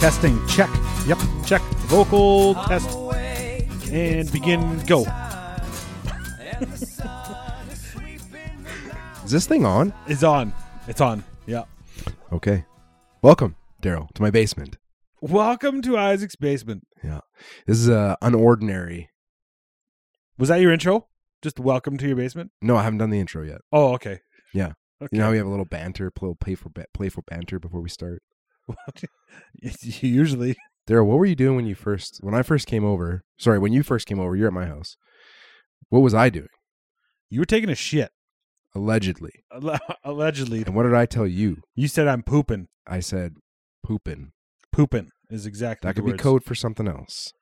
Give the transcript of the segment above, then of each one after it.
Testing. Check. Yep. Check. Vocal test and begin. Go. Is this thing on? It's on. It's on. Yeah. Okay. Welcome, Daryl, to my basement. Welcome to Isaac's basement. This is uh, unordinary. Was that your intro? Just welcome to your basement. No, I haven't done the intro yet. Oh, okay. Yeah. Okay. You know how we have a little banter, pl- little playful, ba- playful banter before we start. Usually, Daryl, what were you doing when you first, when I first came over? Sorry, when you first came over, you're at my house. What was I doing? you were taking a shit. Allegedly. Alle- Allegedly, And what did I tell you? you said I'm pooping. I said pooping. Pooping is exactly That the could be words. code for something else.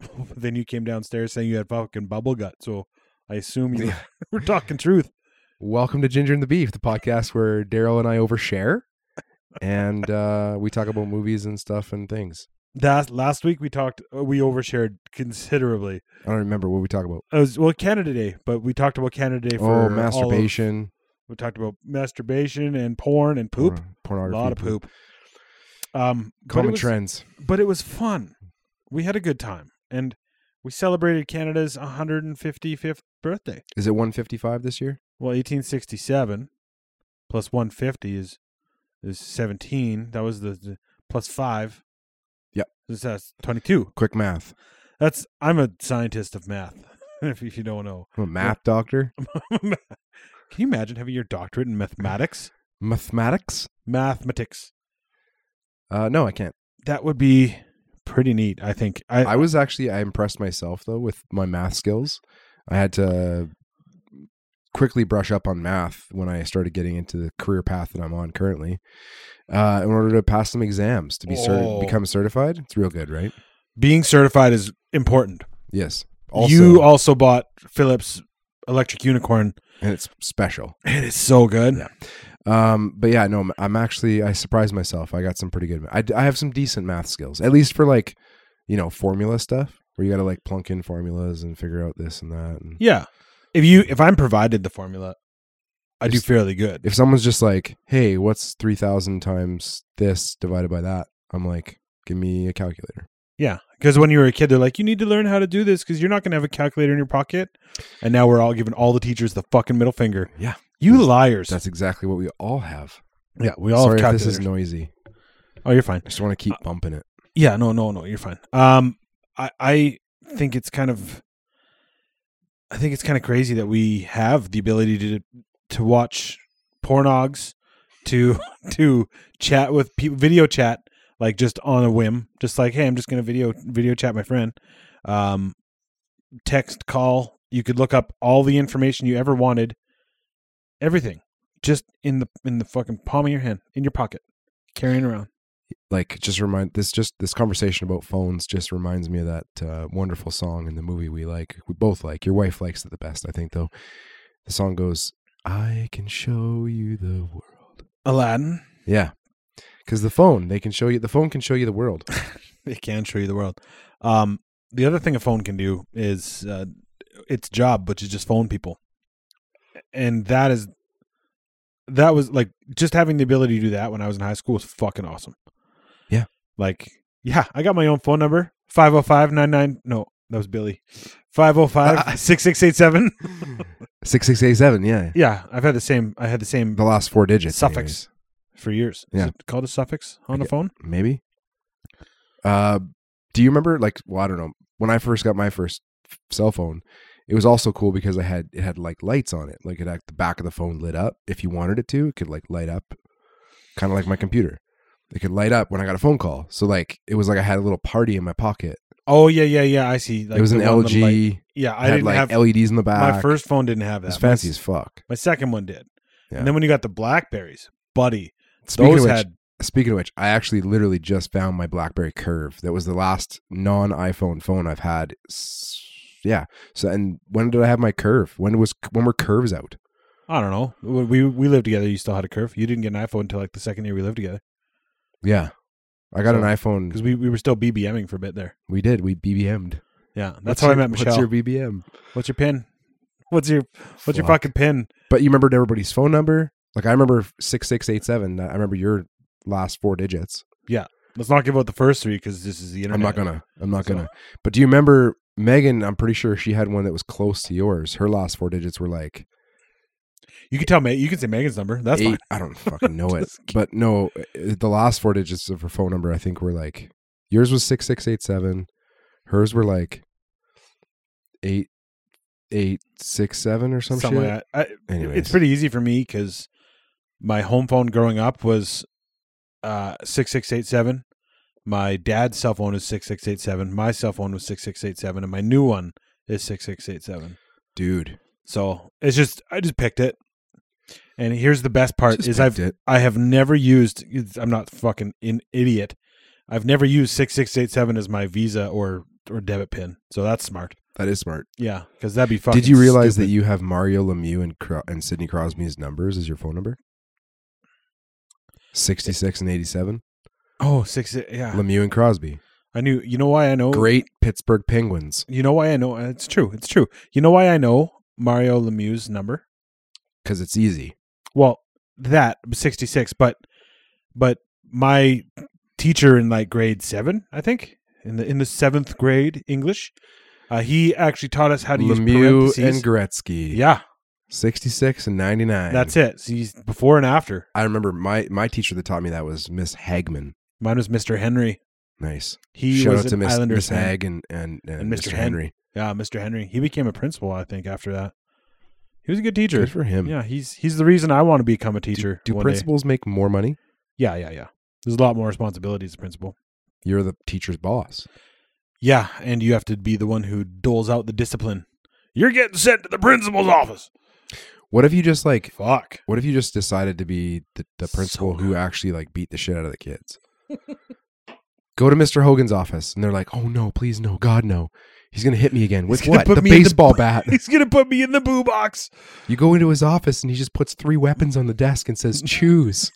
then you came downstairs saying you had fucking bubble gut. So I assume you Yeah. were talking truth. Welcome to Ginger and the Beef, the podcast where Daryl and I overshare and uh, we talk about movies and stuff and things. That last week we talked, uh, we overshared considerably. I don't remember what we talk about. It was well Canada Day, but we talked about Canada Day for all Oh, of- masturbation, we talked about masturbation and porn and poop. porno- A pornography, lot of poop. Um, but it Common was- trends. but it was fun. We had a good time, and we celebrated Canada's 155th birthday. Is it 155 this year? Well, 1867 plus 150 is is 17. That was the, the plus five. Yep. This- That's 22. Quick math. That's I'm a scientist of math. If, if you don't know, I'm a math doctor. can you imagine having your doctorate in mathematics? Mathematics? Mathematics. Uh, no, I can't. That would be pretty neat. I think. I, I was actually, I impressed myself though with my math skills. I had to quickly brush up on math when I started getting into the career path that I'm on currently, uh, in order to pass some exams to be Oh. certi- become certified. It's real good, right? being certified is important. Yes. Also, you also bought Philips Electric Unicorn, and it's special. and it's so good. Yeah. Um, but yeah, no, I'm- I'm actually I surprised myself. I got some pretty good. I I have some decent math skills, at least for like, you know, formula stuff where you got to like plunk in formulas and figure out this and that. And Yeah. If you if I'm provided the formula, I do Just- fairly good. if someone's just like, "Hey, what's three thousand times this divided by that?" I'm like, "Give me a calculator." Yeah, because when you were a kid, they're like, you need to learn how to do this because you're not going to have a calculator in your pocket. And now we're all giving all the teachers the fucking middle finger. Yeah. You That's- liars. That's exactly what we all have. yeah, we all Sorry have if this calculators. is noisy. oh, you're fine. I just want to keep bumping it. Yeah, no, no, no, you're fine. Um, I I think it's kind of, I think it's kind of crazy that we have the ability to to watch pornogs, to to chat with people, video chat like just on a whim, just like hey, I'm just gonna video video chat my friend, um, text call. You could look up all the information you ever wanted, everything, just in the in the fucking palm of your hand, in your pocket, carrying around. Like, just remind this just this conversation about phones just reminds me of that uh, wonderful song in the movie we like. We both like. Your wife likes it the best, I think. Though the song goes, "I can show you the world." Aladdin. Yeah, because the phone they can show you. The phone can show you the world. it can show you the world. Um, the other thing a phone can do is uh, its job, which is just phone people, and that is that was like just having the ability to do that when I was in high school was fucking awesome. Yeah. like yeah, I got my own phone number 505-99 No, that was Billy 505-6687. Six six eight seven. Yeah, yeah, I've had the same. I had the same the last four digits. anyways. suffix for years. Yeah. Is it called a suffix on I a phone? maybe. Uh, do you remember? Like, well, I don't know. When I first got my first f- cell phone, it was also cool because I had it had like lights on it. Like, it had the back of the phone lit up. If you wanted it to, it could like light up, kind of like my computer. It could light up when I got a phone call. So like, it was like I had a little party in my pocket. Oh yeah, yeah, yeah. I see. Like it was the an one little light- LG. Yeah, I I had didn't like have LEDs in the back. My first phone didn't have It that. was My fancy s- as fuck. My, second one did. Yeah. And then when you got the Blackberries, buddy, Speaking those of which, had Speaking of which, I actually literally just found my BlackBerry Curve. That was the last non iPhone phone I've had. S- Yeah. So, and when did I have my Curve? When was when were Curves out? I don't know. We we- we lived together. You still had a curve. You didn't get an iPhone until like the second year we lived together Yeah, I got So- an iPhone. because we, we were still BBMing for a bit there. We did. We BBM'd. Yeah, that's What's how I your- met Michelle. What's your BBM? pin? What's your what's your Fuck. fucking pin? But you remembered everybody's phone number. Like I remember six six eight seven. I remember your last four digits. Yeah. Let's not give out the first three because this is the internet. I'm not gonna. I'm not So- gonna. But do you remember Megan? I'm pretty sure she had one that was close to yours. Her last four digits were like You can tell me. You can say Megan's number. That's eight. fine. I don't fucking know it. Just- But no, uh, the last four digits of her phone number, I think, were like yours was six six eight seven. Hers were like eight eight six seven or some Something shit. like that. I- Anyways, It's pretty easy for me because my home phone growing up was uh, six six eight seven. My dad's cell phone is six six eight seven. My cell phone was six six eight seven, and my new one is six six eight seven. dude. So it's just I just picked it. And here's the best part Just is picked I've it. I have never used. I'm not fucking an idiot. I've never used six six eight seven as my Visa or or debit pin. So that's smart. That is smart. Yeah, because that'd be fucking. Did you realize stupid. that you have Mario Lemieux and Cro- and Sidney Crosby's numbers as your phone number? Sixty six and eighty seven. Oh, six. Yeah, Lemieux and Crosby. I knew. You know why I know? Great Pittsburgh Penguins. You know why I know? uh, It's true. It's true. You know why I know Mario Lemieux's number? Because it's easy. Well, that sixty six, but but my teacher in like grade seven, I think, in the in the seventh grade English, uh, he actually taught us how to use Lemieux parentheses. and Gretzky. yeah, 66 and 99. that's it. So he's before and after. I remember my, my teacher that taught me that was Miss Hagman. Mine was Mister Henry. Nice. He Shout was out to an Miss, Islanders Miss fan. Hag and, and, and, And Mr. Mr. Hen- Henry. Yeah, Mister Henry. He became a principal, I think, after that. He was a good teacher. Good for him. Yeah, he's he's the reason I want to become a Do, teacher. do one day. principals make more money? Yeah, yeah, yeah. There's a lot more responsibility as a principal. You're the teacher's boss. Yeah, and you have to be the one who doles out the discipline. You're getting sent to the principal's office. What if you just like, Fuck. what if you just decided to be the, the So principal who good. actually like beat the shit out of the kids? Go to Mr. Hogan's office and they're like, oh no, please no, God no. He's going to hit me again. With gonna what? put The me in the baseball bu- bat. He's gonna put me in the boo box. You go into his office and he just puts three weapons on the desk and says, "Choose."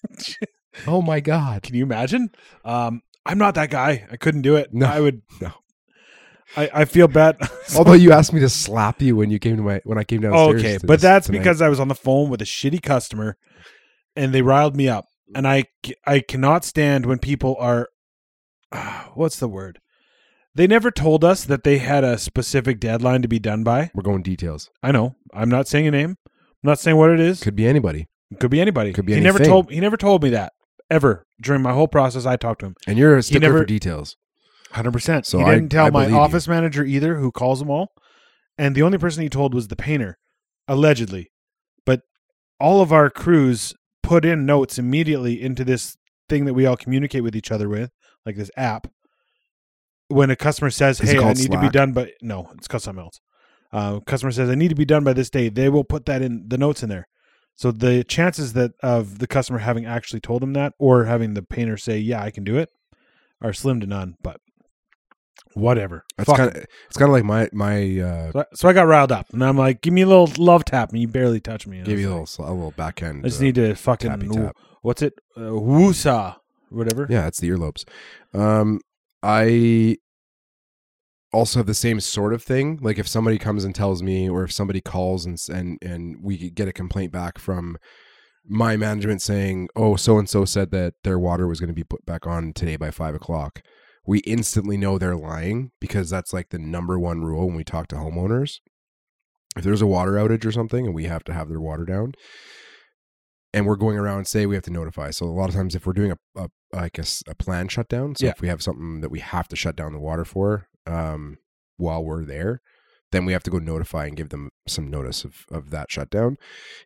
oh my god! Can you imagine? Um, I'm not that guy. I couldn't do it. No, I would. no. I, I feel bad. Although you asked me to slap you when you came to my when I came downstairs. okay, to but this that's tonight. because I was on the phone with a shitty customer, and they riled me up. And I c- I cannot stand when people are, ah, what's the word? They never told us that they had a specific deadline to be done by. we're going details. I know. I'm not saying a name. I'm not saying what it is. Could, Could be anybody, be anybody. could be he never anything. told. He never told me that ever during my whole process. I talked to him. and you're a stickler never- for details. Hundred percent. So he I- didn't tell I my believe you. office manager either, who calls them all, and the only person he told was the painter, allegedly. But all of our crews put in notes immediately into this thing that we all communicate with each other with, like this app. When a customer says, Is it "Hey, I called need to be Slack? done," but no, it's called something else. Uh, customer says, "I need to be done by this day." They will put that in the notes in there. So the chances that of the customer having actually told him that, or having the painter say, "Yeah, I can do it," are slim to none. But whatever. That's Fuck. kind of it's kind of like my my uh, so, I, so I got riled up, and I'm like, "Give me a little love tap," and you barely touch me. And I give was you a like, little sl- a little backhand. I just uh, need to fucking tappy tap. what's it? Uh, woosa, whatever. Yeah, it's the earlobes. Um, I also have the same sort of thing. Like if somebody comes and tells me, or if somebody calls and s- and and we get a complaint back from my management saying, "Oh, so and so said that their water was going to be put back on today by five o'clock." We instantly know they're lying because that's like the number one rule when we talk to homeowners. If there's a water outage or something and we have to have their water down, and we're going around say we have to notify. So a lot of times if we're doing a, a like a, s- a planned shutdown, so Yeah. if we have something that we have to shut down the water for um, while we're there, then we have to go notify and give them some notice of, of that shutdown.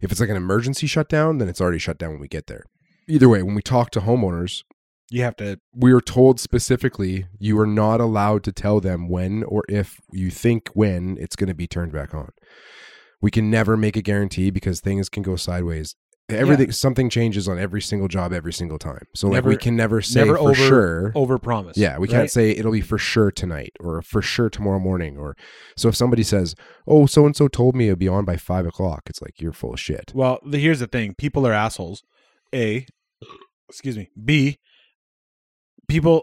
If it's like an emergency shutdown, then it's already shut down when we get there. Either way, when we talk to homeowners, You have to. we are told specifically you are not allowed to tell them when or if you think when it's going to be turned back on. We can never make a guarantee because things can go sideways. Everything, something changes on every single job every single time. So like we Never- can never say never for over- sure. Over promise. Yeah, we can't say it'll be for sure tonight or for sure tomorrow morning. Or so if somebody says, "Oh, so and so told me it'll be on by five o'clock," it's like you're full of shit. Well, the, here's the thing: people are assholes. A, excuse me. B, people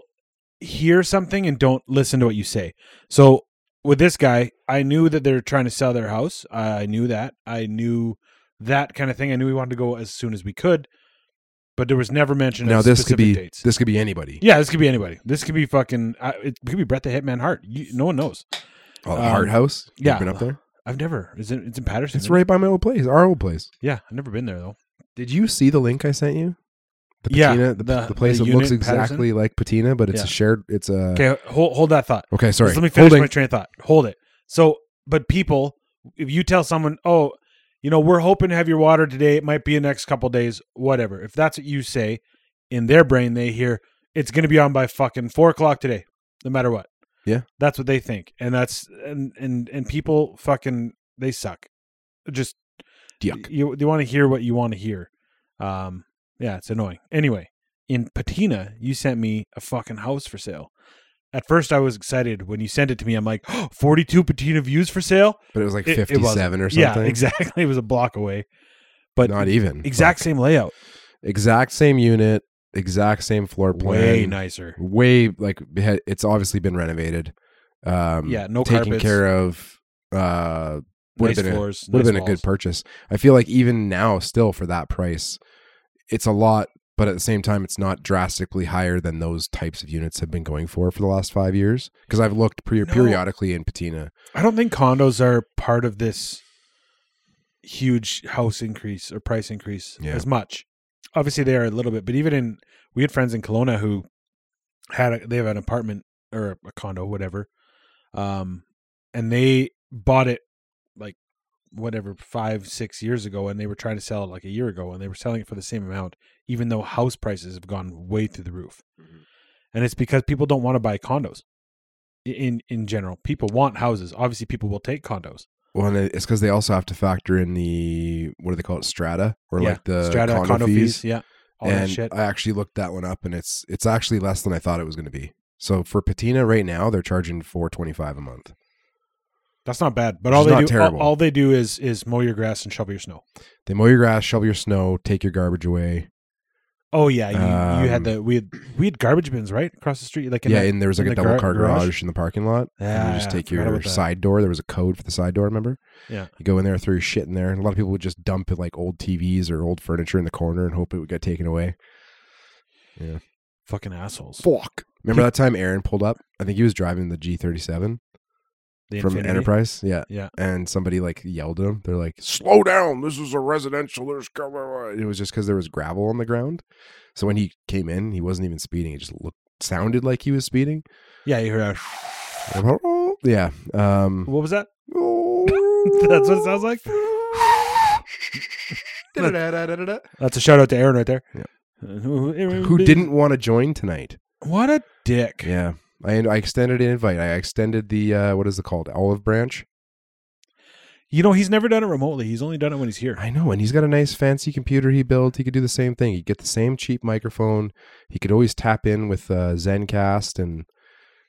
hear something and don't listen to what you say. So with this guy, I knew that they're trying to sell their house. I knew that. I knew that kind of thing. I knew we wanted to go as soon as we could. but there was never mention. now of this could specific be dates. this could be anybody. yeah, this could be anybody. This could be fucking. I it could be Brett the Hitman Hart. You, no one knows. Oh, Um, Hart House. You've yeah. been up there. I've never. Is it? It's in Patterson. It's isn't it? right by my old place, our old place. Yeah, I've never been there though. Did you see the link I sent you? The Yeah, patina, the, the- the place the that looks unit in exactly like patina, but it's Yeah. a shared. It's a okay. Okay, hold hold that thought. sorry. Let me finish Holding. my train of thought. Hold it. So, but people, if you tell someone, oh, you know, we're hoping to have your water today, it might be in the next couple days, whatever. If that's what you say, in their brain, they hear it's going to be on by fucking four o'clock today, no matter what. Yeah. that's what they think, and that's and and and people fucking they suck. Just Yuck. you they want to hear what you want to hear. Um, yeah, it's annoying. Anyway, in Patina, you sent me a fucking house for sale. At first, I was excited when you sent it to me. I'm like, oh, 42 Patina views for sale. but it was like It- it wasn't. fifty-seven or something. Yeah, exactly. It was a block away, but Not even exact same layout. Like, exact same unit, exact same floor plan. Way nicer. way like it had- it's obviously been renovated. Um, Yeah, no taken carpets. care of. Uh, Would've Nice been a- floors. would have nice been a walls. good purchase. I feel like even now, still for that price, it's a lot, but at the same time, it's not drastically higher than those types of units have been going for for the last five years. Because I've looked pre- No. periodically in Patina. I don't think condos are part of this huge house increase or price increase Yeah. as much. Obviously, they are a little bit, but even in we had friends in Kelowna who had a, they have an apartment or a condo, whatever, um, and they bought it like whatever five six years ago, and they were trying to sell it like a year ago, and they were selling it for the same amount, even though house prices have gone way through the roof, and it's because people don't want to buy condos in in general. People want houses. Obviously, people will take condos. Well, and it's because they also have to factor in the what do they call it, strata or Yeah. like the condo, fees. Yeah, all and that shit. I actually looked that one up, and it's it's actually less than I thought it was going to be. So for Patina right now, they're charging four twenty five a month. That's not bad. But which all is they not do, all, terrible. all they do is is mow your grass and shovel your snow. They mow your grass, shovel your snow, take your garbage away. Oh yeah, you, you had Um, the we had we had garbage bins right across the street. Like in yeah, that- and there was like in a the double gar- car garage? garage? in the parking lot. and you Yeah, just take I forgot your about that. side door. There was a code for the side door, remember? Yeah. You go in there, throw your shit in there. And a lot of people would just dump it like old TVs or old furniture in the corner and hope it would get taken away. fucking assholes. Fuck. Remember that time Aaron pulled up? I think he was driving the G37 The from Infinity. Enterprise. Yeah. Yeah. And somebody like yelled at him. They're like, slow down. This is a residential. There's cover. It was just because there was gravel on the ground. So when he came in, he wasn't even speeding. It just looked, sounded like he was speeding. Yeah, you heard. a- Yeah. Um, What was that? That's what it sounds like? That's a shout out to Aaron right there. Yeah. Who Who didn't want to join tonight? What a dick. Yeah, I I extended an invite. I extended the uh, what is it called? Olive branch. You know he's never done it remotely. He's only done it when he's here. I know, and he's got a nice fancy computer he built. He could do the same thing. He'd get the same cheap microphone. He could always tap in with uh, ZenCast, and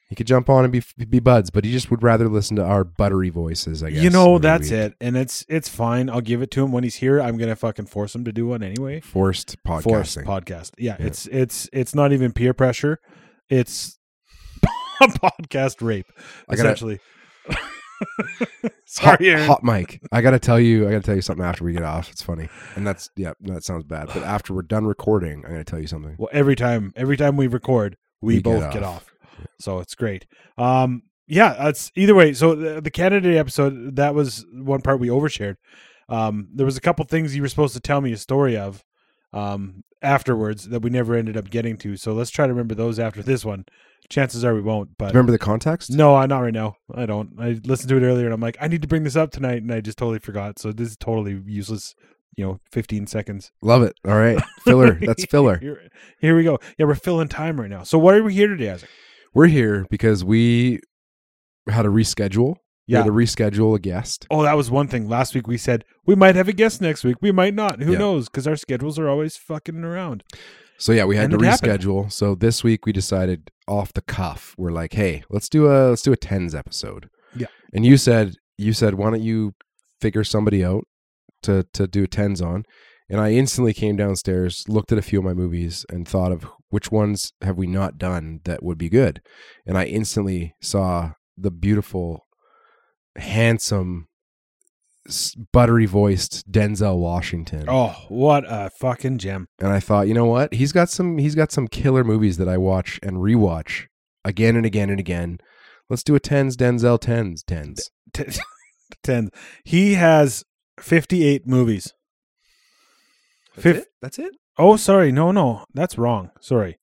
he could jump on and be be buds. But he just would rather listen to our buttery voices. I guess you know every that's week. it, and it's it's fine. I'll give it to him when he's here. I'm gonna fucking force him to do one anyway. Forced podcasting. Force podcast. Yeah, Yeah. it's it's it's not even peer pressure. It's podcast rape. I gotta- essentially. Sorry, hot, Aaron. hot mic. I gotta tell you, I gotta tell you something after we get off. It's funny, and that's yeah, no, that sounds bad. But after we're done recording, I'm gonna tell you something. Well, every time every time we record, we, We get both off. get off. So it's great. Um yeah, that's either way. So the, the Canada Day episode that was one part we overshared. Um there was a couple things you were supposed to tell me a story of um afterwards that we never ended up getting to. So let's try to remember those after this one. Chances are we won't, but Remember the context? No, I not right now. I don't. I listened to it earlier and I'm like, I need to bring this up tonight and I just totally forgot. So this is totally useless, you know, 15 seconds. Love it. All right, filler. That's filler. Here, here we go. Yeah, we're filling time right now. So why are we here today, Isaac? We're here because we had to reschedule. We had to reschedule a guest. Oh, that was one thing. Last week we said we might have a guest next week. We might not. Who Yeah. knows? Because our schedules are always fucking around. So yeah, we had And to it happened. reschedule. So this week we decided off the cuff. We're like, hey, let's do a let's do a tens episode. Yeah. And you said you said why don't you figure somebody out to to do tens on? And I instantly came downstairs, looked at a few of my movies, and thought of which ones have we not done that would be good. And I instantly saw the beautiful, handsome, s- buttery voiced Denzel Washington. Oh, what a fucking gem! and I thought, you know what? He's got some he's got some killer movies that I watch and rewatch again and again and again. Let's do a tens Denzel tens tens. Ten, ten. He has fifty-eight movies. Fif- That's it. Oh, sorry. No, no, that's wrong. Sorry.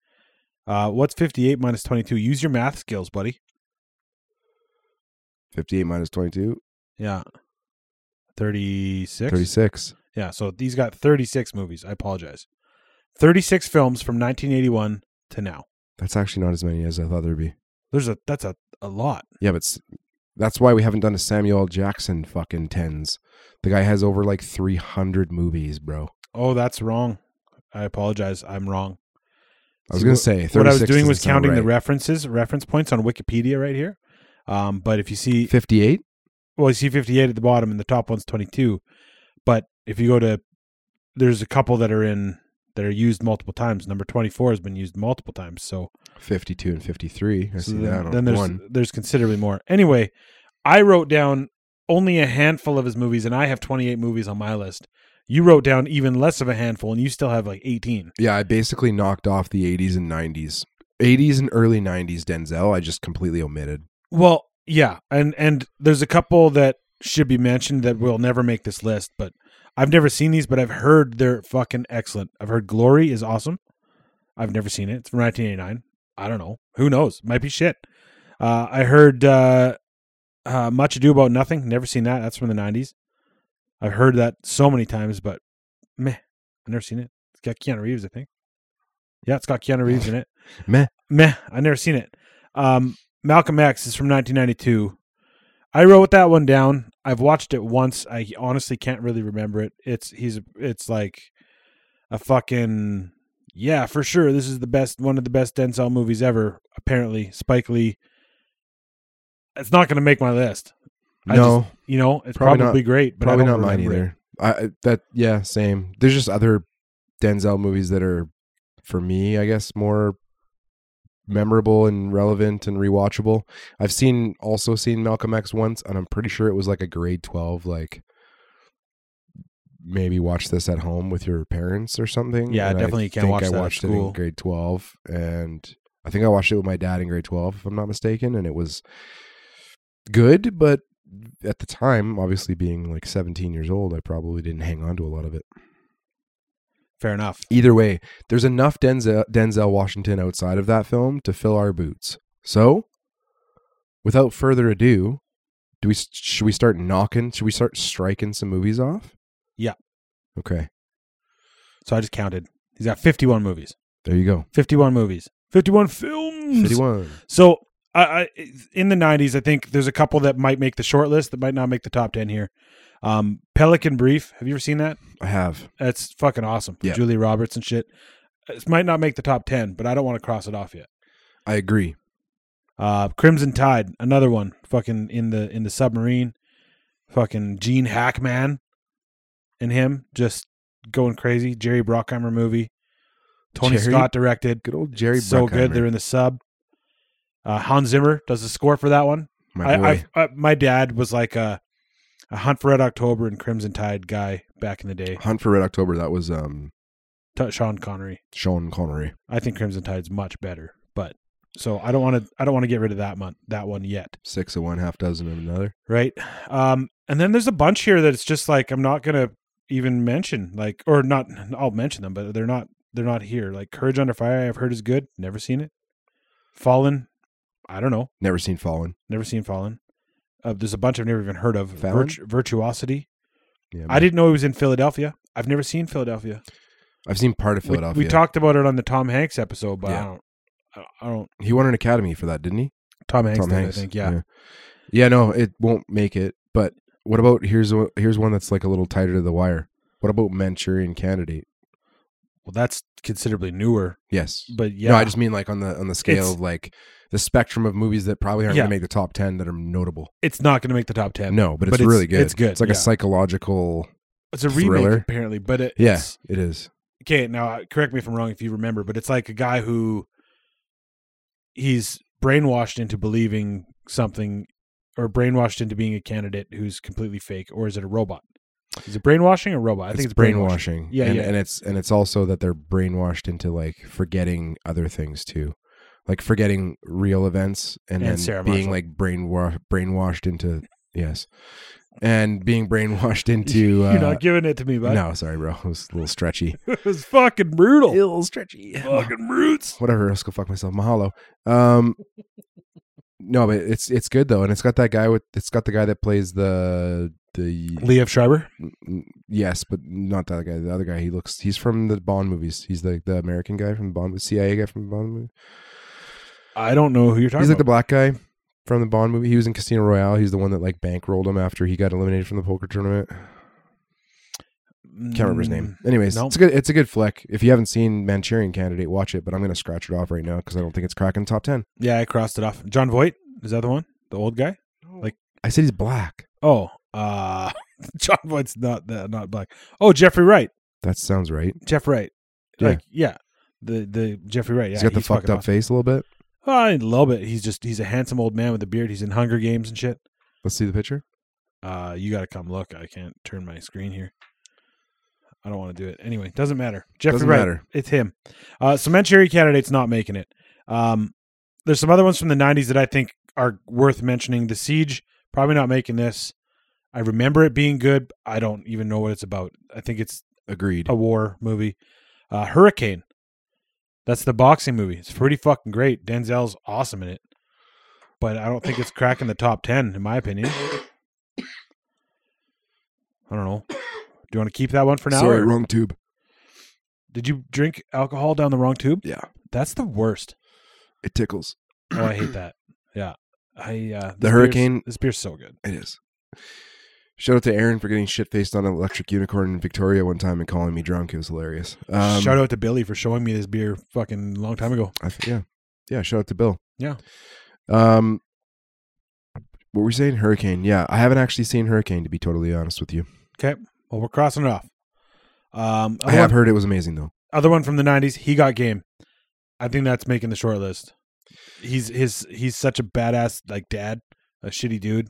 Uh, what's fifty-eight minus twenty-two? Use your math skills, buddy. Fifty eight minus twenty two. Yeah. 36? Thirty six. Yeah, so he's got 36 movies. I apologize. 36 films from 1981 to now. That's actually not as many as I thought there'd be. There's a that's a, a lot. Yeah, but s- that's why we haven't done a Samuel L. Jackson fucking tens. The guy has over like three hundred movies, bro. Oh, that's wrong. I apologize. I'm wrong. I was See, gonna what- say What I was 36 doing doesn't was sound counting the right. references, reference points on Wikipedia right here. Um, but if you see, fifty eight. well, you see 58 at the bottom, and the top one's 22. But if you go to, there's a couple that are in that are used multiple times. Number 24 has been used multiple times. So 52 and 53. I So see then, that on then there's one. there's considerably more. Anyway, I wrote down only a handful of his movies, and I have 28 movies on my list. You wrote down even less of a handful, and you still have like 18. Yeah, I basically knocked off the 80s and 90s. 80s and early 90s Denzel, I just completely omitted. Well, yeah, and and there's a couple that should be mentioned that will never make this list, but I've never seen these, but I've heard they're fucking excellent. I've heard Glory is awesome. I've never seen it. It's from 1989. I don't know. Who knows? Might be shit. Uh, I heard uh, uh, Much Ado About Nothing. Never seen that. That's from the 90s. I've heard that so many times, but meh. I've never seen it. It's got Keanu Reeves, I think. Yeah, it's got Keanu Reeves in it. Meh. Meh. I've never seen it. Um, Malcolm X is from 1992. I wrote that one down. I've watched it once. I honestly can't really remember it. It's he's it's like a fucking yeah, for sure. This is the best one of the best Denzel movies ever. Apparently, Spike Lee. It's not going to make my list. I no, You know, it's Probably probably, not- great, but probably I don't not mine remember it. either. I I- that yeah, same. There's just other Denzel movies that are for me, I guess, more memorable and relevant and rewatchable. I've seen also seen Malcolm X once and I'm pretty sure it was like a grade 12 like maybe watch this at home with your parents or something. Yeah, And I definitely you can't think watch I that at watched it in school. grade 12 and I think I watched it with my dad in grade 12 if I'm not mistaken and it was good but at the time, obviously being like 17 years old, I probably didn't hang on to a lot of it. Fair enough. Either way, there's enough Denzel, Denzel Washington outside of that film to fill our boots. So, without further ado, do we should we start knocking? Should we start striking some movies off? Yeah. Okay. So I just counted. He's got 51 movies. There you go. 51 movies. 51 films. 51. So I, I in the '90s, I think there's a couple that might make the short list that might not make the top ten here. Um, Pelican Brief. Have you ever seen that? I have. That's fucking awesome. Yeah. Julia Roberts and shit. It might not make the top ten, but I don't want to cross it off yet. I agree. Uh, Crimson Tide, another one. Fucking in the in the submarine. Fucking Gene Hackman, and him just going crazy. Jerry Brockheimer movie. Tony Jerry- Scott directed. Good old Jerry. so good. Bruckheimer, They're in the sub. Uh, Hans Zimmer does the score for that one. my I, boy. I, I my dad was like a a Hunt for Red October and Crimson Tide guy back in the day. Hunt for Red October. That was um T- Sean Connery. Sean Connery. I think Crimson Tide's much better, but so I don't want to I don't want to get rid of that month that one yet, Six of one, half dozen of another. right? Um, and then there's a bunch here that it's just like I'm not gonna even mention like or not I'll mention them, but they're not they're not here. Like Courage Under Fire, I've heard is good. Never seen it. Fallen, I don't know. Never seen Fallen. Never seen Fallen. Uh, there's a bunch I've never even heard of. Fallon? Virtu- Virtuosity. Yeah, I didn't know he was in Philadelphia. I've never seen Philadelphia. I've seen part of We- Philadelphia. We, talked about it on the Tom Hanks episode, but Yeah. I don't. I- I don't. He won an Academy for that, didn't he? Tom Hanks. Tom did, Hanks. I think. Yeah. yeah. Yeah, no, it won't make it. But what about here's o- here's one that's like a little tighter to the wire. What about Manchurian Candidate? Well, that's considerably newer, Yes. but yeah. No, I just mean like on the on the scale It's- of like the spectrum of movies that probably aren't Yeah. going to make the top ten that are notable. it's not going to make the top ten. No, but it's But it's- really good. it's good, It's like yeah. a psychological. it's a remake Thriller. apparently, but it, Yeah, it's it is. okay. Now, uh, correct me if I'm wrong if you remember, but it's like a guy who he's brainwashed into believing something or brainwashed into being a candidate who's completely fake, or is it a robot? Is it brainwashing or robot? I think it's brainwashing. brainwashing. Yeah, and, yeah. and it's and it's also that they're brainwashed into like forgetting other things too, like forgetting real events and, And then Sarah being Marshall. like brainwa- brainwashed into yes, and being brainwashed into uh, You're not giving it Oh. to me, bud. no, sorry, bro, it was a little stretchy, it was fucking brutal. little stretchy, Fucking roots. whatever. Let's go fuck myself. Mahalo. Um, no, but it's it's good though, and it's got that guy with it's got the guy that plays the the Lee F. Schreiber. N- Yes, but not that guy. The other guy. He looks. He's from the Bond movies. He's the the American guy from the Bond, CIA guy from the Bond movie. I don't know who you're talking He's like the about. black guy from the Bond movie. He was in Casino Royale. He's the one that like bankrolled him after he got eliminated from the poker tournament. Can't remember his name. Anyways, no. it's a good. It's a good flick. If you haven't seen Manchurian Candidate, watch it. But I'm gonna scratch it off right now because I don't think it's cracking top ten. Yeah, I crossed it off. John Voight is that the one? The old guy? I said he's black. Oh, uh, John Voight's not the, not black. Oh, Jeffrey Wright. That sounds right. Jeff Wright. Yeah. Like yeah, the the Jeffrey Wright. Yeah, he's got the fucked fucking up awesome. face a little bit. Oh, I love it. He's just he's a handsome old man with a beard. He's in Hunger Games and shit. Let's see the picture. Uh, you got to come look. I can't turn my screen here. I don't want to do it. Anyway, doesn't matter. Jeffrey Doesn't Wright. matter. It's him. Uh, so Manchurian Candidate's not making it. Um, there's some other ones from the 90s that I think are worth mentioning. The Siege, probably not making this. I remember it being good. I don't even know what it's about. I think it's Agreed. a war movie. Uh, Hurricane. That's the boxing movie. It's pretty fucking great. Denzel's awesome in it. But I don't think it's cracking the top 10, in my opinion. I don't know. Do you want to keep that one for now? Sorry, or- wrong tube. Did you drink alcohol down the wrong tube? Yeah, That's the worst. it tickles. Oh, I hate that. Yeah. I uh this The beer's- Hurricane- This beer's so good. It is. Shout out to Aaron for getting shit faced on an electric unicorn in Victoria one time and calling me drunk. It was hilarious. Um, Shout out to Billy for showing me this beer fucking long time ago. I th- yeah, yeah. Shout out to Bill. Yeah. Um, what were we saying? Hurricane. Yeah, I haven't actually seen Hurricane to be totally honest with you. Well, we're crossing it off. Um, I have heard it was amazing though. other one from the '90s. He got game. I think that's making the short list. He's his he's such a badass like dad, a shitty dude.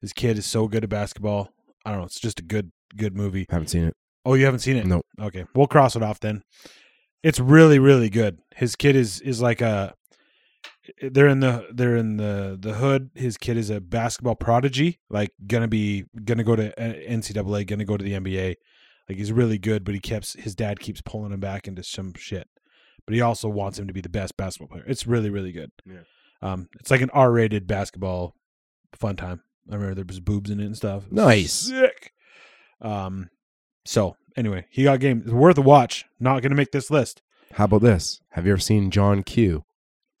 His kid is so good at basketball. I don't know. It's just a good good movie. Haven't seen it. Oh, you haven't seen it? No. Okay, we'll cross it off then. It's really really good. His kid is is like a. They're in the they're in the the hood. His kid is a basketball prodigy. Like gonna be gonna go to uh, NCAA. Gonna go to the NBA. Like he's really good, but he keeps his dad keeps pulling him back into some shit. But he also wants him to be the best basketball player. It's really really good. Yeah. Um, it's like an R rated basketball fun time. I remember there was boobs in it and stuff. It was Nice. sick. Um, so anyway, he got game. It's worth a watch. Not gonna make this list. How about this? Have you ever seen John Q?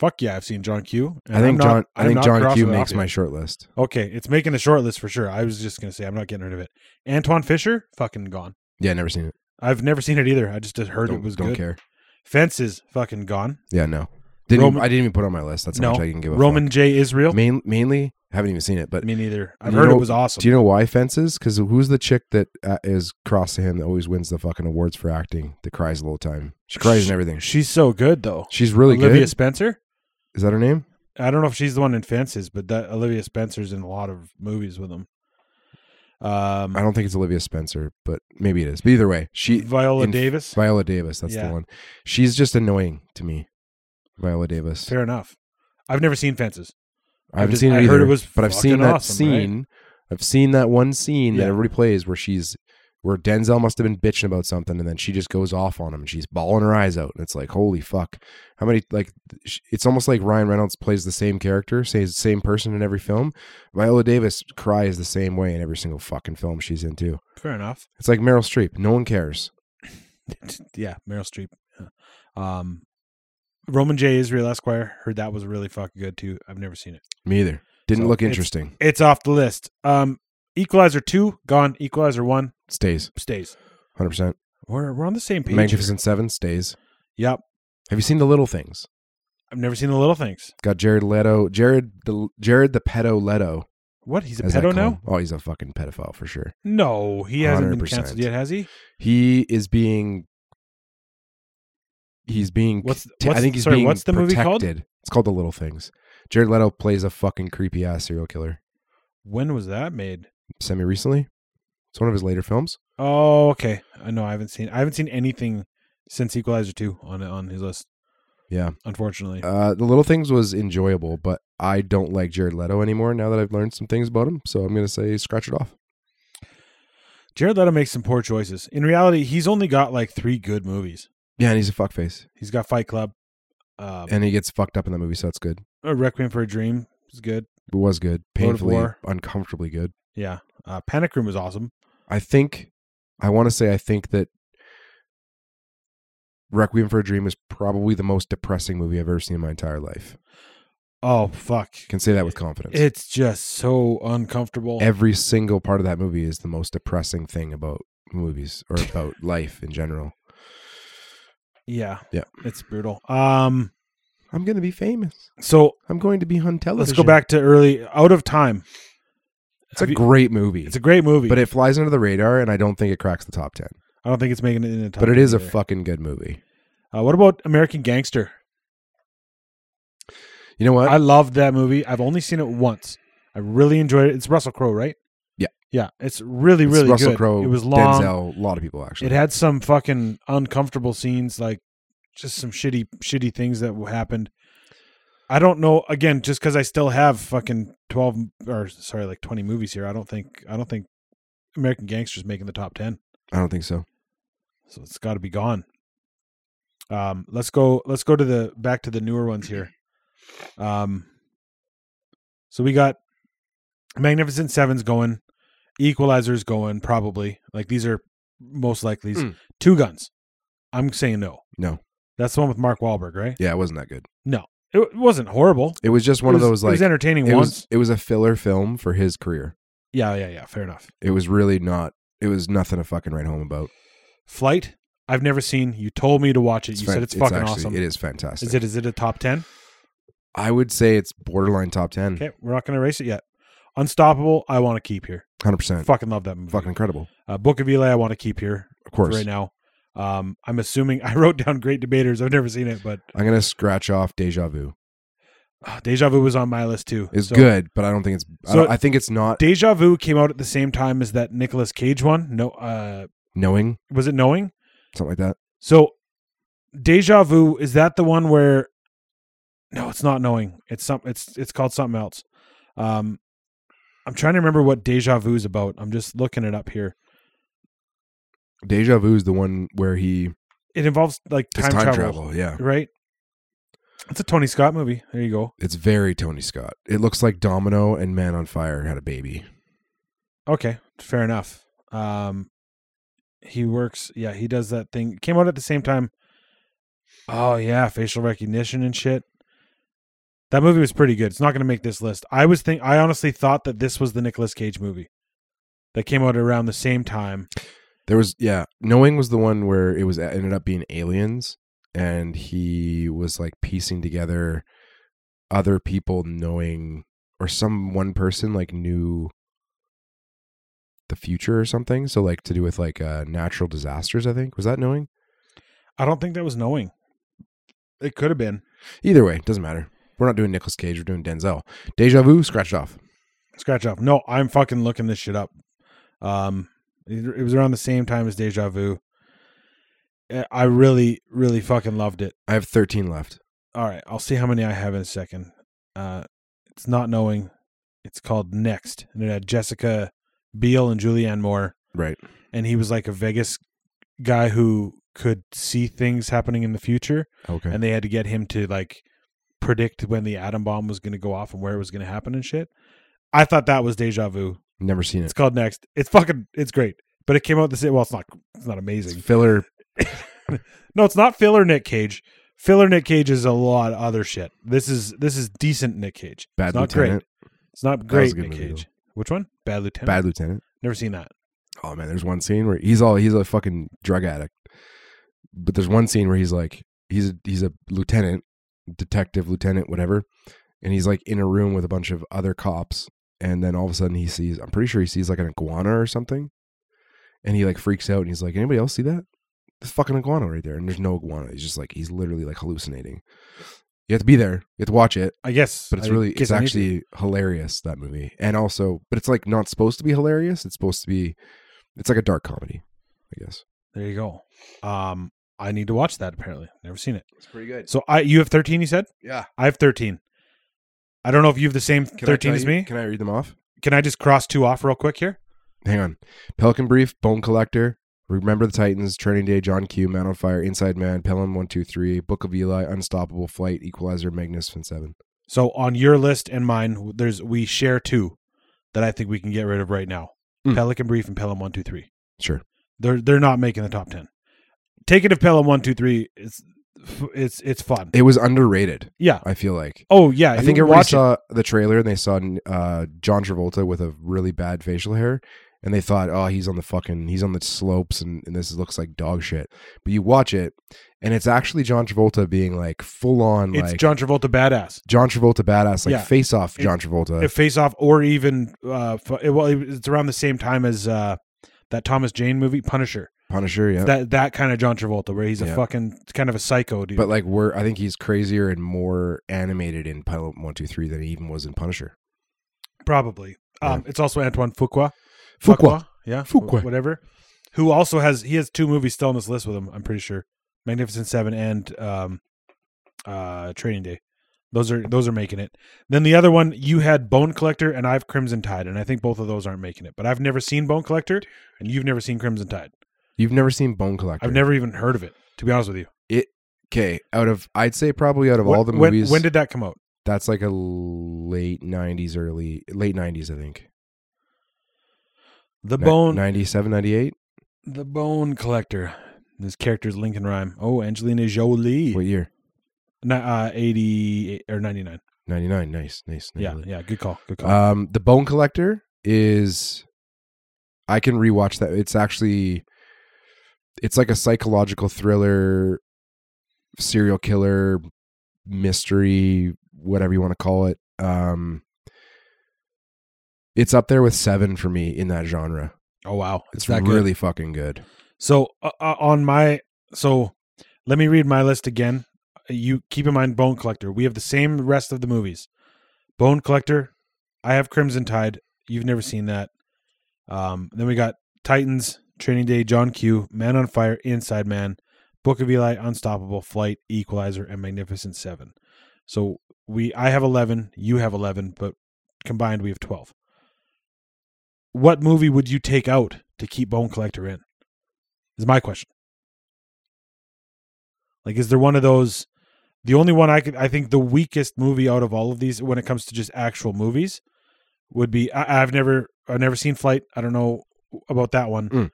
Fuck yeah, I've seen John Q. I think John. I think John Q makes my short list. Okay, it's making the short list for sure. I was just gonna say I'm not getting rid of it. Antoine Fisher, fucking gone. Yeah, never seen it. I've never seen it either. I just uh, heard don't it was don't good. care. Fences, fucking gone. Yeah, no. Didn't Roman- even, I didn't even put it on my list. That's how No. much I can give a Roman J. Israel. Fuck. Main, mainly, haven't even seen it, but Me neither. I've You heard know- it was awesome. Do you know why fences? Because who's the chick that uh, is cross to him that always wins the fucking awards for acting? That cries the whole time. She cries and everything. She's so good though. She's really Olivia good. Spencer. Is that her name? I don't know if she's the one in Fences, but that Olivia Spencer's in a lot of movies with him. Um, I don't think it's Olivia Spencer, but maybe it is. But either way, she Viola in- Davis. Viola Davis. That's Yeah. the one. She's just annoying to me. Viola Davis. Fair enough. I've never seen Fences. I haven't just- seen it I either, heard it was but I've seen fucking that awesome, right? scene. I've seen that one scene Yeah. that everybody plays where she's where Denzel must have been bitching about something, and then she just goes off on him. and She's bawling her eyes out, and it's like, holy fuck! How many like? sh- It's almost like Ryan Reynolds plays the same character, says the same person in every film. Viola Davis cries the same way in every single fucking film she's in too. Fair enough. It's like Meryl Streep. No one cares. yeah, Meryl Streep. Yeah. Um, Roman J. Israel Esquire. Heard that was really fucking good too. I've never seen it. Me either. Didn't So look it's- interesting. It's off the list. Um, Equalizer two gone. Equalizer one Stays stays. hundred percent. We're we're on the same page. Magnificent Seven stays. Yep. Have you seen The Little Things? I've never seen the little things. Got Jared Leto, Jared the Jared the pedo Leto. What? He's a as I pedo call him. now? Oh, he's a fucking pedophile for sure. No, he hasn't been 100%. canceled yet, has he? He is being. He's being. What's- t- what's- I think he's sorry, being. what's the movie called? protected. It's called The Little Things. Jared Leto plays a fucking creepy ass serial killer. When was that made? semi recently. It's one of his later films. Oh, okay. I know I haven't seen I haven't seen anything since Equalizer 2 on on his list, Yeah. unfortunately. Uh, the Little Things was enjoyable, but I don't like Jared Leto anymore now that I've learned some things about him. So I'm gonna say scratch it off. Jared Leto makes some poor choices. In reality, he's only got like 3 good movies. Yeah, and he's a fuckface, He's got Fight Club, um, and he gets fucked up in the movie, so that's good. A Requiem for a Dream is good. It was good, painfully, War. uncomfortably good. Yeah. Uh, Panic Room is awesome. I think I want to say I think that Requiem for a Dream is probably the most depressing movie I've ever seen in my entire life. Oh, fuck. Can say that with confidence. It's just so uncomfortable. Every single part of that movie is the most depressing thing about movies or about life in general. yeah. Yeah. It's brutal. Um I'm going to be famous. so I'm going to be on television. let's go back to early Out of Time. It's a Have you- great movie. It's a great movie, but it flies under the radar and I don't think it cracks the top 10. I don't think it's making it in the top. but it is a 10 either. fucking good movie. Uh, what about American Gangster? You know what? I loved that movie. I've only seen it once. I really enjoyed it. It's Russell Crowe, right? Yeah. yeah. It's really, It's really Russell good. Crowe, it was long. Denzel, a lot of people actually. It had some fucking uncomfortable scenes, like just some shitty, shitty things that happened. I don't know. Again, just because I still have fucking twelve or sorry, like twenty movies here, I don't think I don't think American Gangster's making the top ten. I don't think so. so it's got to be gone. Um, let's go. Let's go to the back to the newer ones here. Um, so we got Magnificent Sevens going, Equalizers going, probably. Like these are most likely Mm. two guns. I'm saying no. No. That's the one with Mark Wahlberg, right? Yeah, it wasn't that good. No, it, w- wasn't horrible. It was just one It of was- those like it was entertaining it once. was it was a filler film for his career. yeah, yeah, yeah. Fair enough. It was really not. It was nothing to fucking write home about. Flight. I've never seen. You told me to watch it. you fan- said it's, fucking actually- awesome. It is fantastic. Is it? Is it a top ten? I would say it's borderline top ten. Okay, we're not going to erase it yet. Unstoppable, I want to keep here. Hundred percent. Fucking love that movie. Fucking incredible. Uh, Book of Eli, I want to keep here Of for course. right now. Um, I'm assuming I wrote down Great Debaters. I've never seen it, but I'm gonna scratch off Deja Vu. uh, Deja Vu was on my list too. It's So, good, but I don't think it's. I, So- don't- I think it's not Deja Vu came out at the same time as that Nicolas Cage one. No, uh, knowing was it Knowing? something like that. So, Deja Vu is that the one where? No, it's not Knowing. It's some. It's it's called something else. Um, I'm trying to remember what Deja Vu is about. I'm just looking it up here. Deja Vu is the one where he It involves like it's time, travel. Yeah, right? It's a Tony Scott movie. There you go. it's very Tony Scott. It looks like Domino and Man on Fire had a baby. Okay, fair enough. Um, he works. Yeah, he does that thing. Came out at the same time. Oh yeah, facial recognition and shit. That movie was pretty good. It's not going to make this list. I was think. I honestly thought that this was the Nicolas Cage movie that came out around the same time. There was yeah, knowing was the one where it was it ended up being aliens, and he was like piecing together other people knowing or some one person like knew the future or something. So like to do with like uh, natural disasters. I think was that knowing. I don't think that was knowing. It could have been. Either way, doesn't matter. We're not doing Nicolas Cage. We're doing Denzel. Deja vu scratched off. scratch off. No, I'm fucking looking this shit up. Um, it, it was around the same time as Deja Vu. Uh, I really, really fucking loved it. I have thirteen left. All right, I'll see how many I have in a second. Uh, it's not knowing. It's called Next, and it had Jessica Biel and Julianne Moore, Right. and he was like a Vegas guy who could see things happening in the future, Okay. and they had to get him to like predict when the atom bomb was going to go off and where it was going to happen and shit. I thought that was Deja Vu. Never seen it. It's called Next. It's fucking. It's great. But it came out the same. Well, it's not. It's not It's amazing. filler. No, it's not filler Nick Cage. Filler Nick Cage is a lot of other shit. This is this is decent Nick Cage. Bad it's not Lieutenant. great. It's not That was a great good Nick movie, Cage. Which one? Bad Lieutenant. Bad lieutenant. Never seen that. oh man, there's one scene where he's all he's a fucking drug addict, but there's one scene where he's like he's a, he's a lieutenant, detective, lieutenant, whatever, and he's like in a room with a bunch of other cops, and then all of a sudden he sees I'm pretty sure he sees like an iguana or something, and he like freaks out and he's like anybody else see that? This fucking iguana right there, and there's no iguana. He's just like he's literally like hallucinating. You have to be there. You have to watch it. I guess. But it's I really guess it's I need to. actually hilarious that movie. And also, but it's like not supposed to be hilarious. It's supposed to be it's like a dark comedy, I guess. There you go. Um, I need to watch that. Apparently, never seen it. It's pretty good. So I, you have thirteen. You said Yeah. I have thirteen. I don't know if you have the same Can I thirteen tell as you- me. Can I read them off? Can I just cross two off real quick here? Hang on. Pelican Brief, Bone Collector, Remember the Titans, Training Day, John Q, Man on Fire, Inside Man, Pelham 123, Book of Eli, Unstoppable, Flight, Equalizer, Magnificent Seven. So on your list and mine, there's we share two that I think we can get rid of right now: Mm. Pelican Brief and Pelham One Two Three. Sure. They're they're not making the top ten. Take it if Pelham One Two Three. It's it's it's fun. It was underrated, yeah. I feel like. Oh yeah. I think uh, you everybody watch it. saw the trailer and they saw uh, John Travolta with a really bad facial hair, and they thought, "Oh, he's on the fucking, he's on the slopes, and, and this looks like dog shit." But you watch it, and it's actually John Travolta being like full on, It's like John, John Travolta badass. Travolta badass, like Yeah. face off It- John Travolta. If Face Off or even uh, fu- it- well, it's around the same time as uh, that Thomas Jane movie Punisher. Punisher, yeah. That that kind of John Travolta where he's a Yeah. fucking kind of a psycho dude. but like, we're I think he's crazier and more animated in Pilot One Two Three than he even was in Punisher. Probably. Um, It's also Antoine Fuqua. Fuqua. Yeah. Fuqua. Wh- Whatever. Who also has he has two movies still on this list with him. I'm pretty sure, Magnificent Seven and um, uh, Training Day. Those are those are making it. Then the other one you had Bone Collector and I've Crimson Tide, and I think both of those aren't making it. But I've never seen Bone Collector, and you've never seen Crimson Tide. You've never seen Bone Collector. I've never even heard of it. To be honest with you, Okay, out of I'd say probably out of When- all the when, movies, when did that come out? that's like a late '90s, early late '90s, I think. The Ni- Bone 97 98 The Bone Collector. This character's Lincoln Rhyme. Oh, Angelina Jolie. what year Ni- uh, 88 or 99. 99 nice nice Yeah, Really. yeah, good call. Good call. um the bone collector is i can rewatch that it's actually it's like a psychological thriller serial killer mystery whatever you want to call it um it's up there with seven for me in that genre oh wow. it's that good. really fucking good So uh, uh, on my so let me read my list again. You keep in mind Bone Collector. We have the same rest of the movies. Bone Collector, I have Crimson Tide. You've never seen that. Um, then we got Titans, Training Day, John Q, Man on Fire, Inside Man, Book of Eli, Unstoppable, Flight, Equalizer, and Magnificent Seven. So we I have eleven, you have eleven, but combined we have twelve. What movie would you take out to keep Bone Collector in? is my question. Like, is there one of those? The only one I could, I think, the weakest movie out of all of these when it comes to just actual movies would be. I, I've never, I've never seen Flight. I don't know about that one, Mm.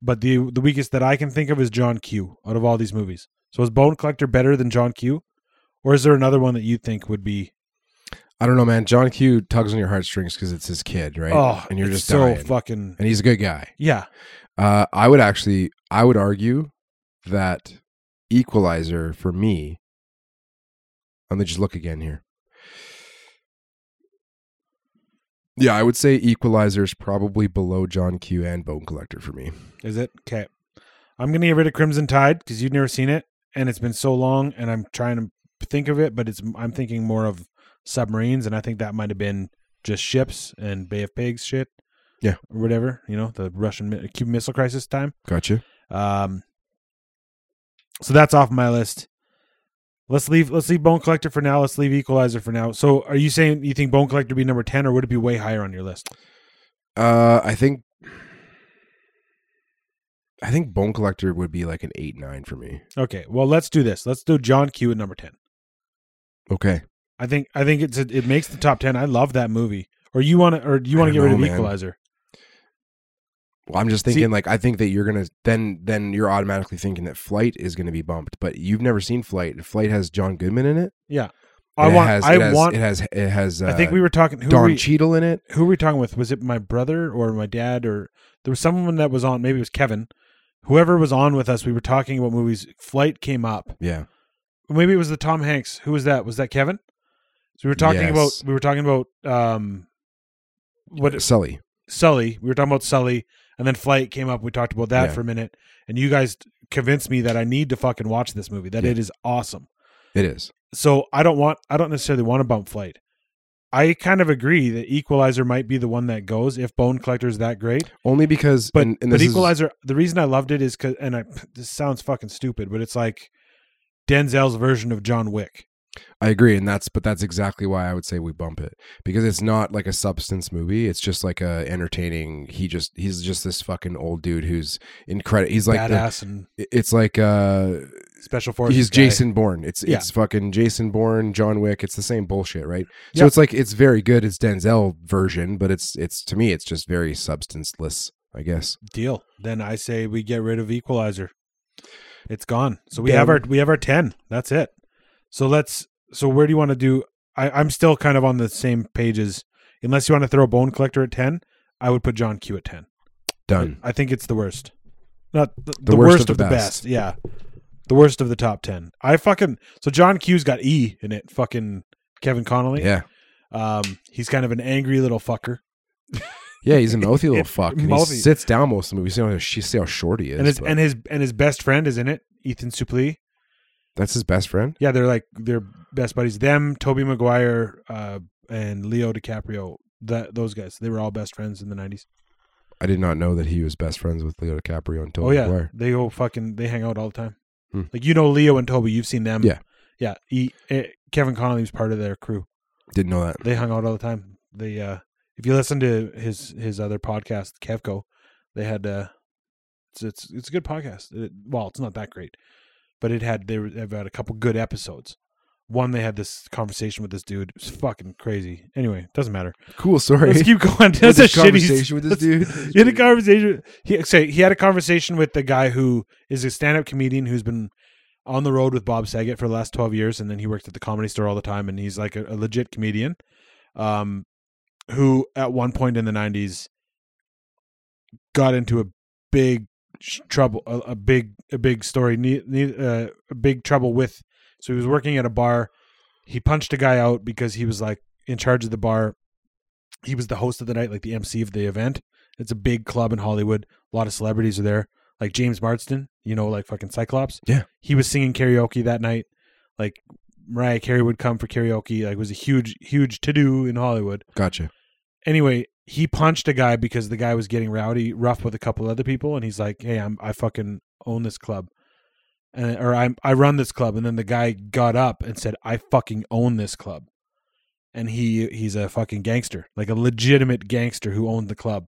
but the the weakest that I can think of is John Q. Out of all these movies, so is Bone Collector better than John Q, or is there another one that you think would be? i don't know man john q tugs on your heartstrings because it's his kid right Oh, and you're it's just so dying fucking and he's a good guy yeah. Uh, I would actually, I would argue that Equalizer for me. Let me just look again here. Yeah, I would say Equalizer is probably below John Q and Bone Collector for me. Is it? Okay. I'm going to get rid of Crimson Tide because you've never seen it and it's been so long and I'm trying to think of it, but it's I'm thinking more of submarines and I think that might have been just ships and Bay of Pigs shit. Yeah. Or whatever, you know, the Russian mi- Cuban Missile Crisis time. Gotcha. Um So that's off my list. Let's leave let's leave Bone Collector for now. Let's leave Equalizer for now. So are you saying you think Bone Collector be number 10 or would it be way higher on your list? Uh, I think, I think Bone Collector would be like an eight nine for me. Okay. Well, let's do this. Let's do John Q at number 10. Okay. I think I think it's it makes the top ten. I love that movie. Or you want to, or do you want I to get don't rid of know, man. Equalizer? Well, I'm just See- thinking like I think that you're gonna then then you're automatically thinking that Flight is gonna be bumped, but you've never seen Flight. Flight has John Goodman in it. I It want. Has, I it has, want. It has. It has. Uh, I think we were talking. Who were, Don we, Cheadle in it. who were we talking with? Was it my brother or my dad or there was someone that was on? Maybe it was Kevin. Whoever was on with us, we were talking about movies. Flight came up. Yeah. Maybe it was the Tom Hanks. Who was that? Was that Kevin? So we were talking Yes. about. We were talking about. Um, what Sully. Sully. We were talking about Sully, and then Flight came up. We talked about that Yeah. for a minute, and you guys convinced me that I need to fucking watch this movie. That Yeah. it is awesome. It is. so I don't want I don't necessarily want to bump flight. I kind of agree that Equalizer might be the one that goes if Bone Collector is that great. Only because But and, and but this is- Equalizer, the reason I loved it is because, and I this sounds fucking stupid, but it's like Denzel's version of John Wick. I agree, and that's but that's exactly why I would say we bump it because it's not like a substance movie. It's just like a entertaining. He just he's just this fucking old dude who's incredible. He's like the- badass and it's like uh special forces. he's guy. Jason Bourne. It's Yeah. it's fucking Jason Bourne, John Wick. It's the same bullshit, right? So Yeah. it's like it's very good. It's Denzel version, but it's it's to me it's just very substanceless. I guess deal. Then I say we get rid of Equalizer. It's gone. So we Damn. have our we have our ten. That's it. So let's. So where do you want to do? I, I'm still kind of on the same pages. Unless you want to throw Bone Collector at ten, I would put John Q at ten. done. I think it's the worst. Not the, The the, worst, of the best. Yeah. The worst of the top 10. I fucking so John Q's got E in it, fucking Kevin Connolly. Yeah, Um he's kind of an angry little fucker. yeah. He's a mouthy little fuck. And he Mouthy. sits down most of the movie. See how, she, see how short he is. and his but and his and his best friend is in it, Ethan Suplee. that's his best friend. Yeah, they're like they're best buddies. Them, Toby Maguire, uh and Leo DiCaprio. That those guys. They were all best friends in the 90s. I did not know that he was best friends with Leo DiCaprio until oh yeah. Maguire. They go fucking they hang out all the time. Hmm. Like you know Leo and Toby, you've seen them. Yeah. Yeah, he, eh, Kevin Connolly was part of their crew. Didn't know that. they hung out all the time. They uh if you listen to his his other podcast, Kevco, they had uh it's it's, it's a good podcast. It, well, it's not that great, but it had they were- they've had a couple good episodes. One they had this conversation with this dude. It's fucking crazy. Anyway, doesn't matter. Cool story. Let's keep going. Had That's a this shitty conversation with this dude. he had a conversation. He say he had a conversation with the guy who is a stand-up comedian who's been on the road with Bob Saget for the last twelve years, and then he worked at the Comedy Store all the time, and he's like a, a legit comedian. Um, who at one point in the '90s got into a big sh- trouble, a, a big a big story, ne- ne- uh, a big trouble with. So he was working at a bar. He punched a guy out because he was like in charge of the bar. He was the host of the night, like the MC of the event. It's a big club in Hollywood. A lot of celebrities are there, like James Marsden, you know, like fucking Cyclops. Yeah. He was singing karaoke that night. Like Mariah Carey would come for karaoke. Like it was a huge, huge to do in Hollywood. Gotcha. Anyway, he punched a guy because the guy was getting rowdy, rough with a couple other people, and he's like, "Hey, I'm I fucking own this club." And, or I I run this club, and then the guy got up and said, "I fucking own this club," and he he's a fucking gangster, like a legitimate gangster who owned the club.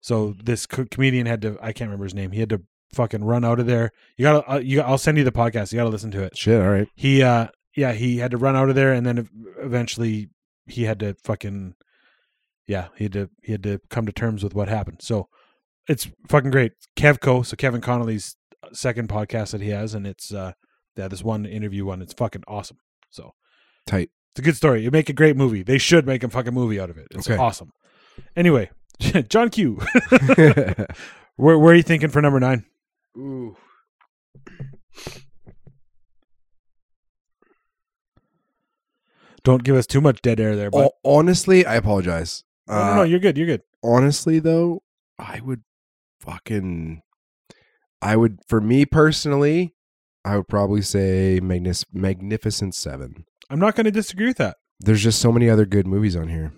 So this co- comedian had to I can't remember his name. He had to fucking run out of there. You gotta uh, you I'll send you the podcast. You gotta listen to it Shit. All right. he uh yeah he had to run out of there and then ev- eventually he had to fucking yeah he had to he had to come to terms with what happened so it's fucking great kevco so kevin connolly's uh, second podcast that he has and it's uh yeah this one interview one it's fucking awesome so Tight. it's a good story you make a great movie they should make a fucking movie out of it it's Okay. awesome anyway john q where, where are you thinking for number nine Ooh. don't give us too much dead air there but honestly, I apologize. no, no no Uh, you're good you're good honestly though, I would fucking I would for me personally, I would probably say Magnis- Magnificent 7. i'm not going to disagree with that There's just so many other good movies on here.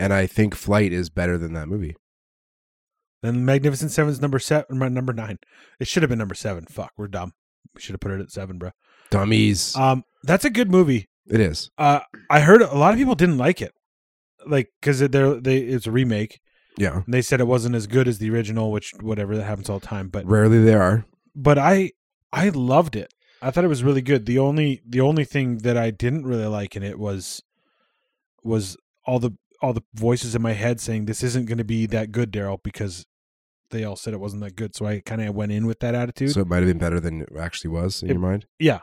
And I think Flight is better than that movie. Then Magnificent Seven's number seven, number nine. It should have been number seven. Fuck, we're dumb. We should have put it at seven, bro. Dummies. Um, that's a good movie. it is. Uh, I heard a lot of people didn't like it, like because they're they it's a remake. Yeah. And they said it wasn't as good as the original, which whatever that happens all the time. But Rarely they are. but I I loved it. I thought it was really good. The only the only thing that I didn't really like in it was was all the all the voices in my head saying this isn't going to be that good, Daryl, because they all said it wasn't that good. So I kind of went in with that attitude. So it might have been better than it actually was in It- your mind. yeah.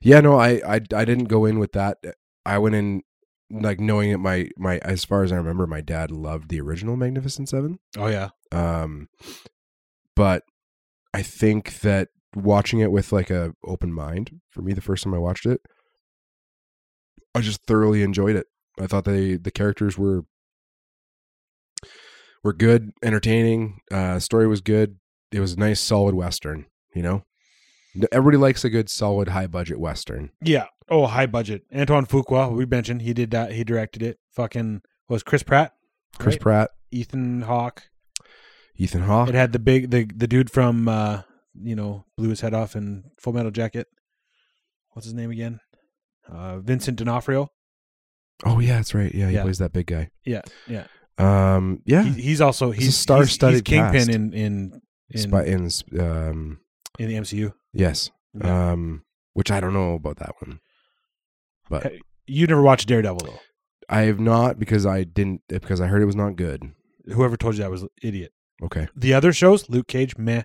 Yeah, no, I, I I didn't go in with that. I went in like knowing that my my as far as I remember, my dad loved the original Magnificent Seven. oh yeah, Um, but I think that watching it with like a open mind for me, the first time I watched it, I just thoroughly enjoyed it. I thought they the characters were were good, entertaining. Uh, story was good. It was a nice, solid western. You know, everybody likes a good, solid, high budget western. yeah. Oh, high budget. Antoine Fuqua, we mentioned he did that. He directed it. Fucking was Chris Pratt, Chris Right. Pratt, Ethan Hawke. Ethan Hawke. It had the big the the dude from uh you know blew his head off in Full Metal Jacket. What's his name again? Uh, Vincent D'Onofrio. oh yeah, that's right. Yeah, he Yeah. plays that big guy. Yeah, yeah. Um, yeah, He, he's also It's a he's star-studded he's, he's kingpin cast. in in in, Spy in sp- um, in the MCU. yes. Yeah. Um, which I don't know about that one. But Hey. you never watched Daredevil though. I have not because I didn't because I heard it was not good. Whoever told you that was an idiot. Okay. The other shows, Luke Cage, meh.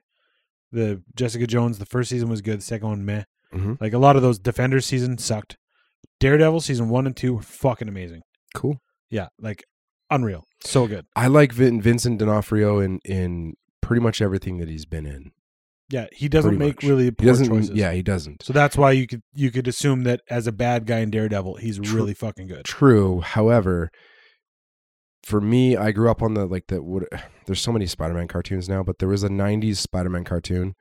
The Jessica Jones, the first season was good. The second one, meh. Mhm. Like a lot of those Defenders season sucked. Daredevil season one and two were fucking amazing. Cool. Yeah, like unreal, so good. I like Vin- Vincent D'Onofrio in in pretty much everything that he's been in. Yeah, he doesn't Pretty make much. really He poor doesn't. choices. Yeah, he doesn't. So that's why you could you could assume that as a bad guy in Daredevil, he's True. really fucking good. True. However, for me, I grew up on the like the what. There's so many Spider-Man cartoons now, but there was a '90s Spider-Man cartoon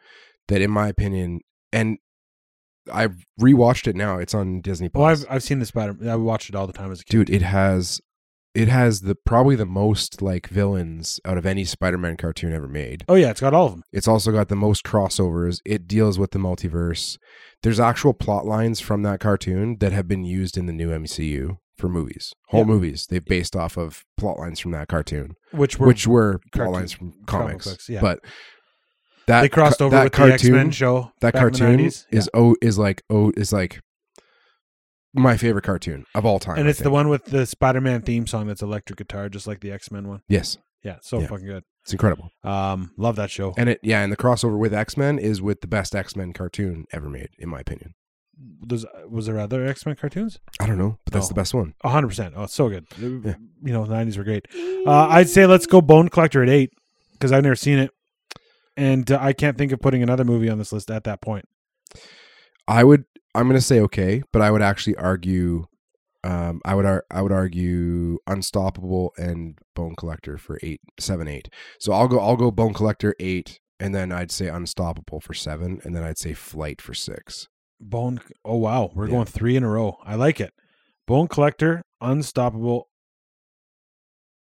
that, in my opinion, and I've rewatched it now. It's on Disney Well, Plus. Oh, I've I've seen the Spider. I watched it all the time as a kid. Dude, it has it has the probably the most like villains out of any Spider-Man cartoon ever made. Oh yeah, it's got all of them. It's also got the most crossovers. It deals with the multiverse. There's actual plot lines from that cartoon that have been used in the new MCU for movies. Whole Yeah. movies they've based off of plot lines from that cartoon, Which were which were plot cartoon- lines from comic comics. books, yeah. But that they crossed ca- over that with the X cartoon, Men show. That back in the cartoon 90s. is oh is like oh is like my favorite cartoon of all time. and I it's the think. one with the Spider Man theme song that's electric guitar, just like the X Men one. Yes, Yeah, so Yeah. fucking good. it's incredible. Um, love that show. And it yeah, and the crossover with X Men is with the best X Men cartoon ever made, in my opinion. There's, was there other X Men cartoons? I don't know, but that's Oh. the best one. A hundred percent. Oh, it's so good. You know, nineties were great. Uh, I'd say let's go Bone Collector at eight because I've never seen it, and uh, I can't think of putting another movie on this list at that point. I would. I'm gonna say okay, but I would actually argue. Um, I would. Ar- I would argue Unstoppable and Bone Collector for eight, seven, eight. So I'll go. I'll go Bone Collector eight, and then I'd say Unstoppable for seven, and then I'd say Flight for six. Bone. Oh wow, we're Yeah. going three in a row. I like it. Bone Collector, Unstoppable.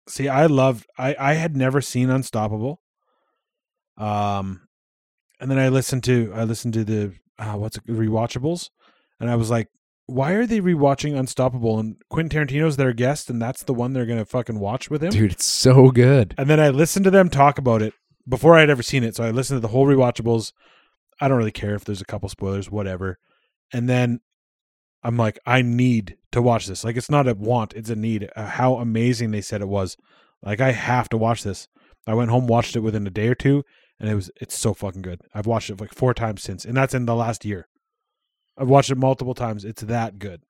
See, I loved. I I had never seen Unstoppable. Um, and then I listened to I listened to the uh, what's it, rewatchables, and I was like, why are they rewatching Unstoppable? And Quentin Tarantino's their guest, and that's the one they're gonna fucking watch with him. Dude, it's so good. And then I listened to them talk about it before I had ever seen it. So I listened to the whole rewatchables. I don't really care if there's a couple spoilers, whatever. And then I'm like, I need to watch this. Like, it's not a want, it's a need. Uh, how amazing they said it was. Like, I have to watch this. I went home, watched it within a day or two, and it was, it's so fucking good. I've watched it like four times since, and that's in the last year. I've watched it multiple times. It's that good.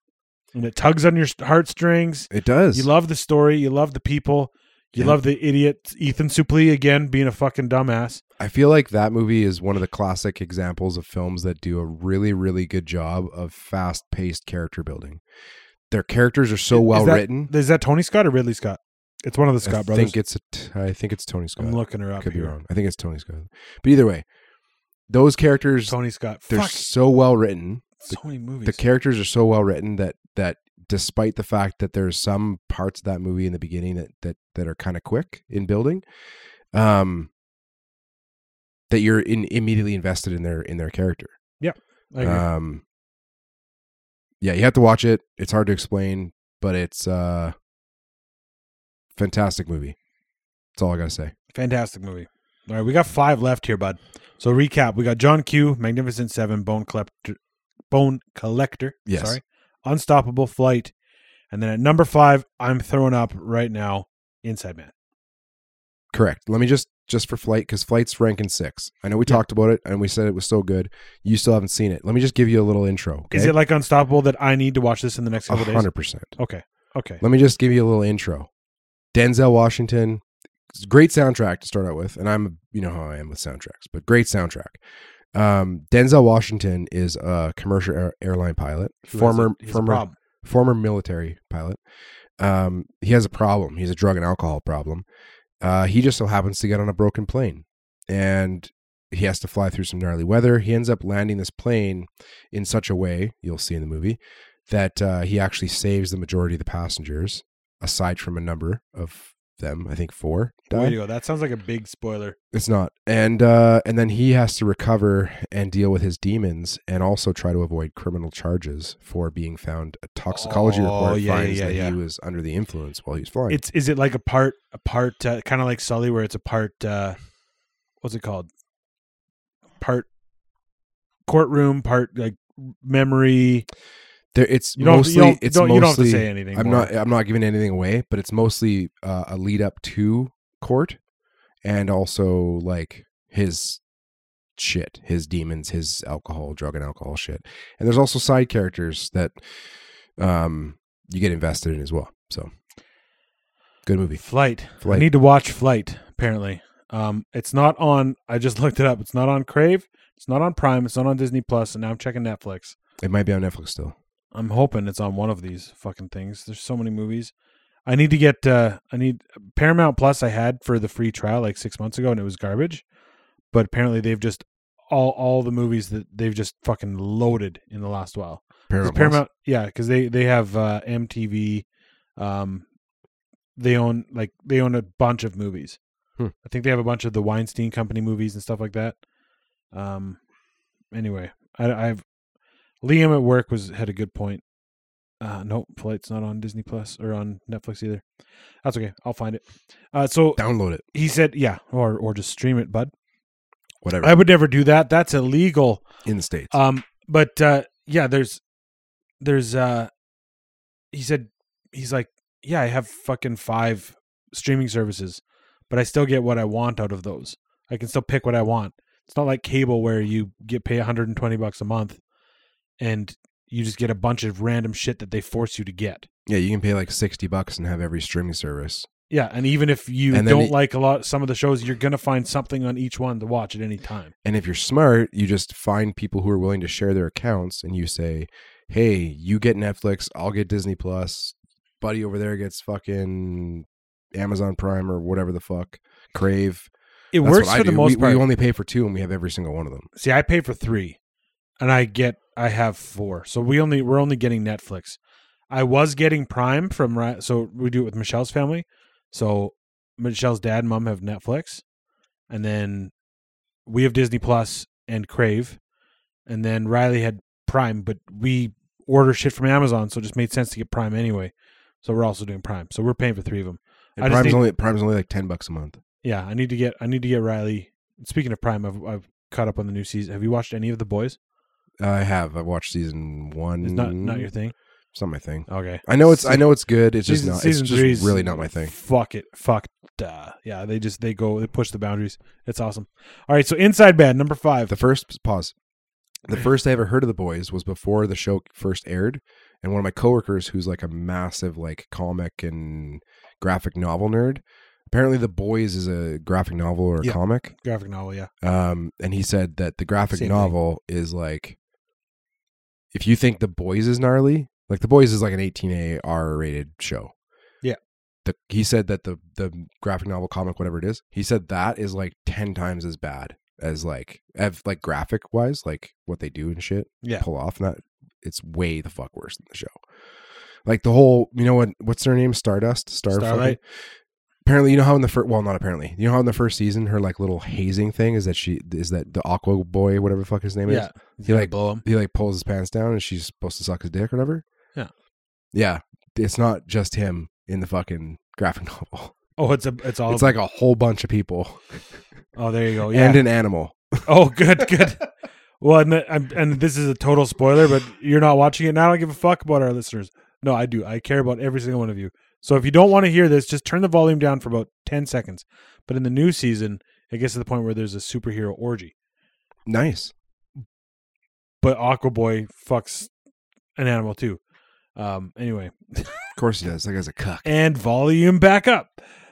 And it tugs on your s- heartstrings. It does. You love the story. You love the people. You Yeah. love the idiot Ethan Suplee again being a fucking dumbass. I feel like that movie is one of the classic examples of films that do a really, really good job of fast-paced character building. Their characters are so Is well that- written. Is that Tony Scott or Ridley Scott? It's one of the Scott I brothers. think it's a t- I think it's Tony Scott. I'm looking her up. Could be here. wrong. I think it's Tony Scott. But either way, those characters Tony Scott. they're Fuck. so well written. so many movies. The characters are so well written that that despite the fact that there's some parts of that movie in the beginning that that that are kind of quick in building, um, that you're in, immediately invested in their in their character. I agree. Um, yeah, you have to watch it. It's hard to explain, but it's uh, fantastic movie. That's all I gotta say. Fantastic movie. All right, we got five left here, bud. So recap: we got John Q, Magnificent Seven, Bone Collector, Bone Collector. Yes. Sorry, Unstoppable Flight, and then at number five, I'm throwing up right now. Inside Man. Correct. Let me just just for flight because flight's ranking six. I know we Yeah. talked about it and we said it was so good. You still haven't seen it. Let me just give you a little intro. Is okay? it like Unstoppable that I need to watch this in the next A couple days? hundred percent? Okay. Okay. Let me just give you a little intro. Denzel Washington, great soundtrack to start out with, and I'm you know how I am with soundtracks, but great soundtrack. Um, Denzel Washington is a commercial air, airline pilot, Who has former a- has a former problem. former military pilot. Um, he has a problem. He's a drug and alcohol problem. Uh, he just so happens to get on a broken plane, and he has to fly through some gnarly weather. He ends up landing this plane in such a way you'll see in the movie that uh, he actually saves the majority of the passengers, aside from a number of them. I think four. Way died. to go. That sounds like a big spoiler. It's not. And uh and then he has to recover and deal with his demons and also try to avoid criminal charges for being found a toxicology Oh, report yeah, yeah, finds yeah, that yeah. he was under the influence while he was flying. It's is it like a part a part uh, kind of like Sully where it's a part uh what's it called? Part courtroom, part like memory. there it's You don't, mostly you don't, it's don't- mostly you don't have to say anything. I'm more. not I'm not giving anything away, but it's mostly uh, a lead up to court and also like his shit, his demons, his alcohol, drug and alcohol shit. And there's also side characters that um you get invested in as well. So good movie. Flight. I Flight. need to watch Flight. Apparently, um, it's not on. I just looked it up. It's not on Crave. It's not on Prime. It's not on Disney Plus. And now I'm checking Netflix. It might be on Netflix still. I'm hoping it's on one of these fucking things. There's so many movies. I need to get. Uh, I need Paramount Plus. I had for the free trial like six months ago, and it was garbage. But apparently, they've just all all the movies that they've just fucking loaded in the last while. 'Cause Paramount. Plus. Paramount, yeah, because they they have uh, MTV. Um, they own like they own a bunch of movies. Hmm. I think they have a bunch of the Weinstein Company movies and stuff like that. Um, anyway, I, I've Liam at work was had a good point. Uh, no, Flight's not on Disney Plus or on Netflix either. That's okay. I'll find it. Uh, so Download it. he said, yeah, or or just stream it, bud. Whatever. I would never do that. That's illegal. in the States. Um, but uh, yeah, there's, there's, uh, he said, he's like, yeah, I have fucking five streaming services, but I still get what I want out of those. I can still pick what I want. It's not like cable where you get pay 120 bucks a month, and you just get a bunch of random shit that they force you to get. yeah, you can pay like sixty bucks and have every streaming service. Yeah, and even if you And then don't the- like a lot some of the shows, you're gonna find something on each one to watch at any time. And if you're smart, you just find people who are willing to share their accounts and you say, Hey, you get Netflix, I'll get Disney Plus, buddy over there gets fucking Amazon Prime or whatever the fuck. Crave. It That's works what I for the do. most we, part. We only pay for two and we have every single one of them. See, I pay for three, and I get I have four. So we only we're only getting Netflix. I was getting Prime from Ri- so we do it with Michelle's family. So Michelle's dad and mom have Netflix, and then we have Disney Plus and Crave, and then Riley had Prime, but we order shit from Amazon, so it just made sense to get Prime anyway. So we're also doing Prime. So we're paying for three of them. And I just Prime's need- only Prime's only like ten bucks a month. Yeah, I need to get I need to get Riley. Speaking of Prime, I've, I've caught up on the new season. Have you watched any of the boys? I have. I've watched season one. It's not not your thing. It's not my thing. Okay. Mm-hmm. I know it's I Se- know it's good. It's season- just not season it's just three's- really not my thing. Fuck it. Fuck. Duh. Yeah, they just they go they push the boundaries. It's awesome. All right, so inside bad number five. The first pause. The first I ever heard of the boys was before the show first aired, and one of my coworkers, who's like a massive like comic and graphic novel nerd, apparently the boys is a graphic novel or a Yeah. comic, graphic novel. Yeah. um, and he said that the graphic Same thing. novel is like, if you think the boys is gnarly, like the boys is like an 18A R rated show. Yeah. The, he said that the the graphic novel comic whatever it is he said that is like 10 times as bad as like ev- like graphic wise like what they do and shit Yeah. pull off and that it's way the fuck worse than the show like the whole you know what what's their name stardust star fucking- Starlight. apparently you know how in the first well not apparently you know how in the first season her like little hazing thing is that she is that the aqua boy whatever the fuck his name Yeah. is he like blow him. he like pulls his pants down and she's supposed to suck his dick or whatever Yeah. yeah it's not just him in the fucking graphic novel Oh, it's a it's all. it's like a whole bunch of people oh, there you go. Yeah. and an animal oh, good, good. Well, and, the, I'm, and this is a total spoiler, but you're not watching it, and I don't give a fuck about our listeners. No, I do. I care about every single one of you. So if you don't want to hear this, just turn the volume down for about ten seconds. But in the new season, it gets to the point where there's a superhero orgy. nice but Aquaboy fucks an animal too. Um, anyway, of course he does that guy's a cuck and volume back up.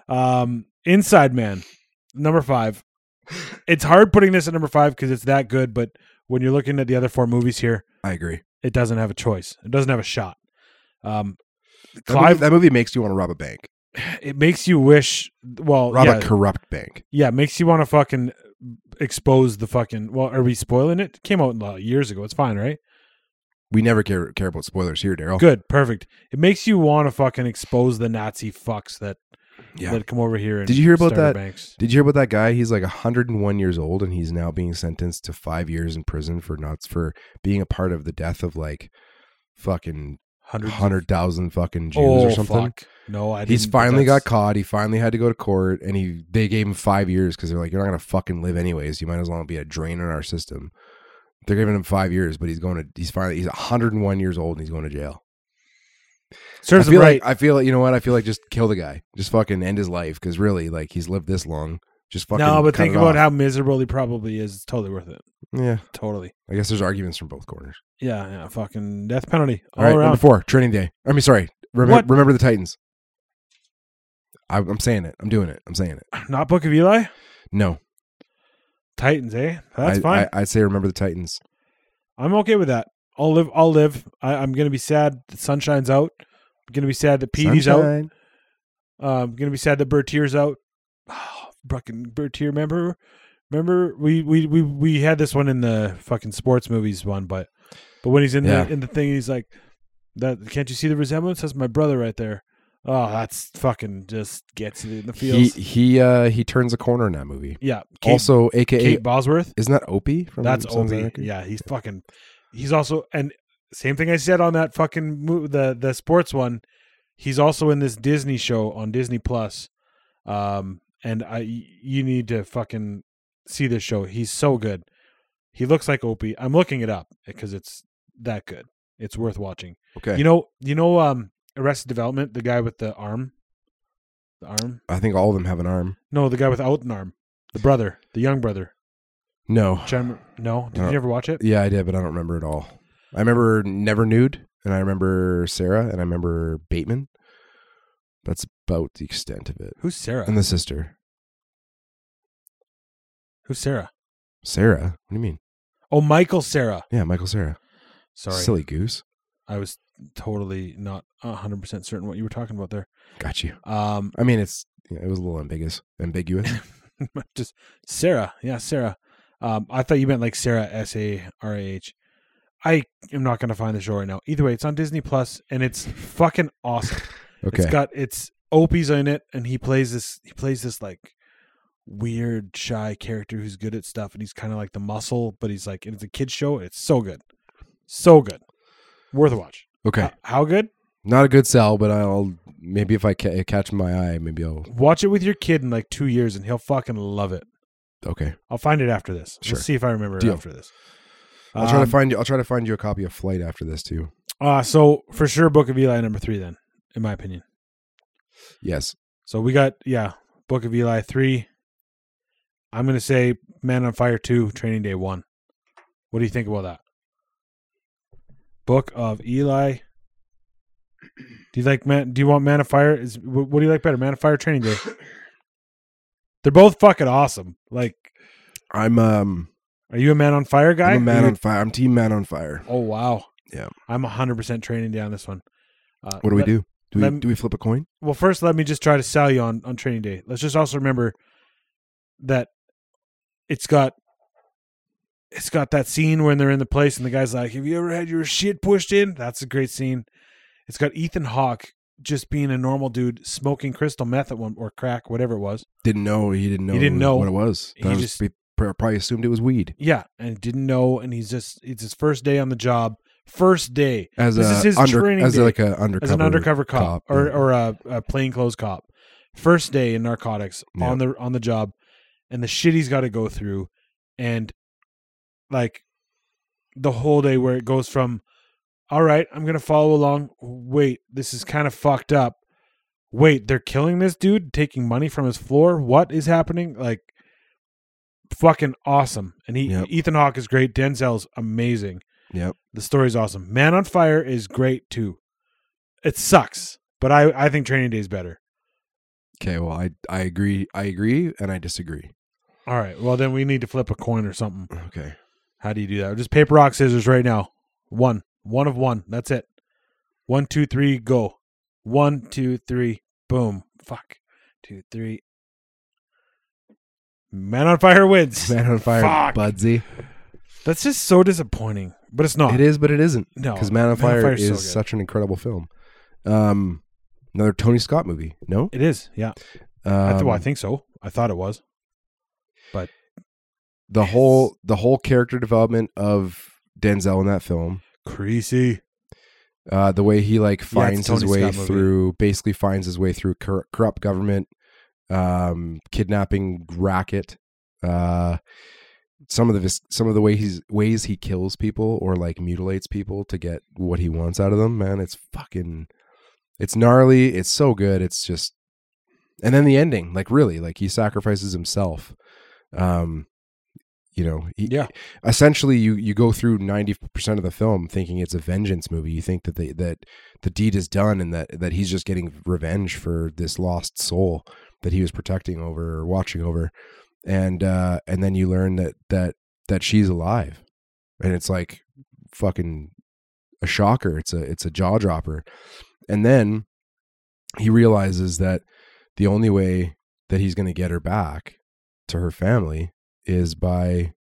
Um, Inside Man, number five. It's hard putting this at number five because it's that good, but when you're looking at the other four movies here, i agree it doesn't have a choice. It doesn't have a shot. Um, that, movie, Clive, that movie makes you want to rob a bank it makes you wish. Well, rob Oh, yeah, a corrupt bank yeah, it makes you want to fucking uh, expose the fucking. Well, are we spoiling it? Came out a lot of years ago. It's fine, right? We never care care about spoilers here, Daryl. Good, perfect. It makes you want to fucking expose the Nazi fucks that Yeah. that come over here. And Did you hear about start our that? Banks. Did you hear about that guy? He's like 101 years old, and he's now being sentenced to five years in prison for nuts for being a part of the death of like fucking Hundreds of- hundred thousand fucking Jews oh, or something. Fuck. No, I. He's didn't- finally that's- got caught. He finally had to go to court, and he they gave him five years because they're like, you're not gonna fucking live anyways. You might as well be a drain on our system. They're giving him five years, but he's going to. He's finally. He's 101 years old, and he's going to jail. I Serves him feel right. like I feel like you know what I feel like. Just kill the guy. Just fucking end his life because really, like he's lived this long. Just fucking. no, but cut think it about off. how miserable he probably is. It's totally worth it. Yeah, Totally. I guess there's arguments from both corners. Yeah, yeah. Fucking death penalty all, All right, around. number four, training day. I mean, sorry. What? Remember, remember the Titans. I, I'm saying it. I'm doing it. I'm saying it. Not Book of Eli. No, Titans, eh? That's I, fine. I, I'd say remember the Titans. I'm okay with that. I'll live. I'll live. I, I'm gonna be sad that Sunshine's out. I'm gonna be sad that Petey's out. Sunshine. Uh, I'm gonna be sad that Bertier's out. Oh, fucking Bertier, remember? Remember we, we we we had this one in the fucking sports movies one, but but when he's in Yeah. the in the thing, he's like, "That can't you see the resemblance? That's my brother right there." Oh, that's fucking just gets it in the He feels. he uh he turns a corner in that movie. yeah, Kate, also, AKA Kate Bosworth. isn't that Opie from That's Sons of Obi. Anarchy? Yeah, he's fucking. He's also and same thing I said on that fucking mo- the the sports one. He's also in this Disney show on Disney Plus, um, and I you need to fucking see this show. He's so good. He looks like Opie. I'm looking it up because it's that good. It's worth watching. Okay. You know, you know, um, Arrested Development, the guy with the arm, the arm. I think all of them have an arm. No, the guy without an arm, the brother, the young brother. No. Jen- No, did Uh, you ever watch it? Yeah, I did, but I don't remember it all. I remember Never Nude, and I remember Sarah, and I remember Bateman. That's about the extent of it. Who's Sarah? And the sister, Who's Sarah? Sarah. What do you mean? Oh, Michael Sarah. Yeah, Michael Sarah. Sorry. Silly goose. I was totally not 100% certain what you were talking about there. Got you. Um, I mean, it's yeah, it was a little ambiguous. Ambiguous. just Sarah. Yeah, Sarah. Um, I thought you meant like Sarah, S A R A H. I am not going to find the show right now. Either way, it's on Disney Plus and it's fucking awesome. It's Okay. got it's Opie's in it, and he plays this. He plays this like weird, shy character who's good at stuff, and he's kind of like the muscle, but he's like and it's a kids show. and It's so good, so good, worth a watch. okay. H- Uh, How good? Not a good sell, but I'll maybe if I ca- catch my eye, maybe I'll. Watch it with your kid in like two years, and he'll fucking love it. Okay. I'll find it after this. Sure. We'll see if I remember Deal. it after this. I'll try Um, to find you. I'll try to find you a copy of Flight after this too. Uh, so for sure, Book of Eli number three, then, in my opinion. Yes. So we got yeah, Book of Eli three. I'm gonna say Man on Fire two, Training Day one. What do you think about that? Book of Eli. Do you like man? Do you want Man of Fire? Is wh- what do you like better, Man of Fire, or Training Day? They're both fucking awesome. Like, I'm um. are you a Man on Fire guy? I'm a man Are you- on fire. I'm team man on fire. Oh wow. Yeah. I'm 100% training down this one. Uh, What do we let- do? Do we, lem- do we flip a coin? Well, first let me just try to sell you on on training day. Let's just also remember that it's got it's got that scene when they're in the place and the guy's like, "Have you ever had your shit pushed in?" That's a great scene. It's got Ethan Hawke just being a normal dude smoking crystal meth at one or crack, whatever it was. Didn't know. He didn't know. He didn't know. what it was. He That was just- he probably assumed it was weed. Yeah, and didn't know, and he's just it's his first day on the job, first day As This a is his under, training as day. like a undercover as an undercover cop, cop, or yeah. or a, a plainclothes cop. First day in narcotics Yeah. on the on the job, and the shit he's got to go through, and like the whole day where it goes from, all right, I'm gonna follow along. Wait, this is kind of fucked up. Wait, they're killing this dude, taking money from his floor. What is happening? Like, fucking awesome. And he Yep. Ethan Hawke is great. Denzel's amazing. Yep. The story's awesome. Man on Fire is great too. It sucks, but I, I think Training Day is better. Okay. Well, I I agree. I agree, and I disagree. All right. Well, then we need to flip a coin or something. Okay. How do you do that? Just paper, rock, scissors right now. One. One of one. That's it. One, two, three, go. One, two, three, boom. Fuck. Two, three. Man on Fire wins. Man on fire, Fuck. Budsy. That's just so disappointing. but it's not. It is, but it isn't. No, because Man on Oh, Man on Fire, Fire's is so good. such an incredible film. Um, another Tony Scott movie. No, It is. Yeah. um, I, th- well, I think so. I thought it was. the whole the whole character development of Denzel in that film. Creasy. Uh, the way he like Yeah, it's a finds his Tony way Scott movie. through, basically finds his way through cor- corrupt government, um, kidnapping racket. Uh, some of the vis- some of the way he's ways he kills people or like mutilates people to get what he wants out of them. Man, it's fucking, it's gnarly. It's so good. It's just, and then the ending, like really, like he sacrifices himself. Um, you know, he, Yeah. essentially you you go through 90% of the film thinking it's a vengeance movie you think that they that the deed is done and that that he's just getting revenge for this lost soul that he was protecting over or watching over and uh and then you learn that that that she's alive and it's like fucking a shocker it's a it's a jaw dropper and then he realizes that the only way that he's going to get her back to her family is by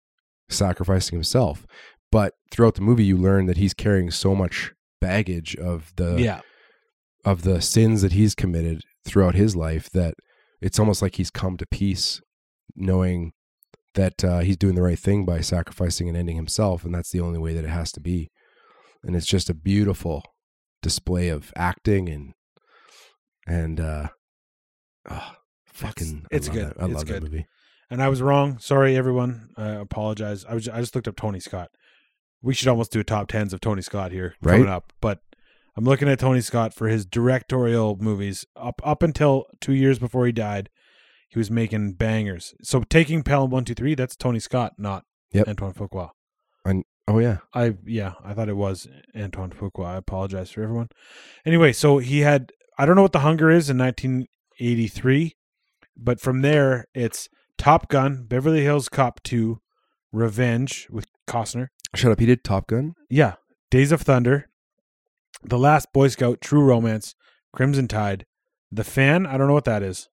sacrificing himself. But throughout the movie, you learn that he's carrying so much baggage of the yeah. of the sins that he's committed throughout his life that it's almost like he's come to peace, knowing that uh, he's doing the right thing by sacrificing and ending himself, and that's the only way that it has to be. And it's just a beautiful display of acting and and uh, ah, fucking. I it's love good. that- I It's love good. that movie. And I was wrong. Sorry, everyone. I apologize. I was I just looked up Tony Scott. We should almost do a top tens of Tony Scott here coming Right. up. But I'm looking at Tony Scott for his directorial movies up up until two years before he died. He was making bangers. So taking Pelham one two three. That's Tony Scott, not Yep. Antoine Fuqua. Oh yeah, I yeah, I thought it was Antoine Fuqua. I apologize for everyone. Anyway, so he had I don't know what the hunger is in 1983, but from there it's Top Gun, Beverly Hills Cop 2, Revenge with Costner. shut up. He did Top Gun. Yeah, Days of Thunder, The Last Boy Scout, True Romance, Crimson Tide, The Fan. I don't know what that is.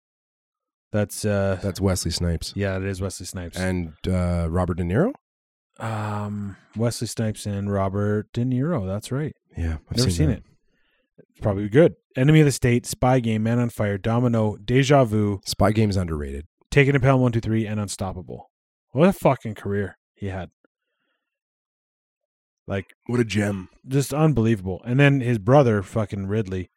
That's uh That's Wesley Snipes yeah, it is Wesley Snipes. and uh, Robert De Niro. um Wesley Snipes and Robert De Niro. That's right. Yeah, I've Never seen it. It's probably good. Enemy of the State, Spy Game, Man on Fire, Domino, Deja Vu, Spy Game's underrated. Taken to Pelham 123, and Unstoppable. What a fucking career he had. Like, What a gem, just unbelievable. And then his brother, fucking Ridley.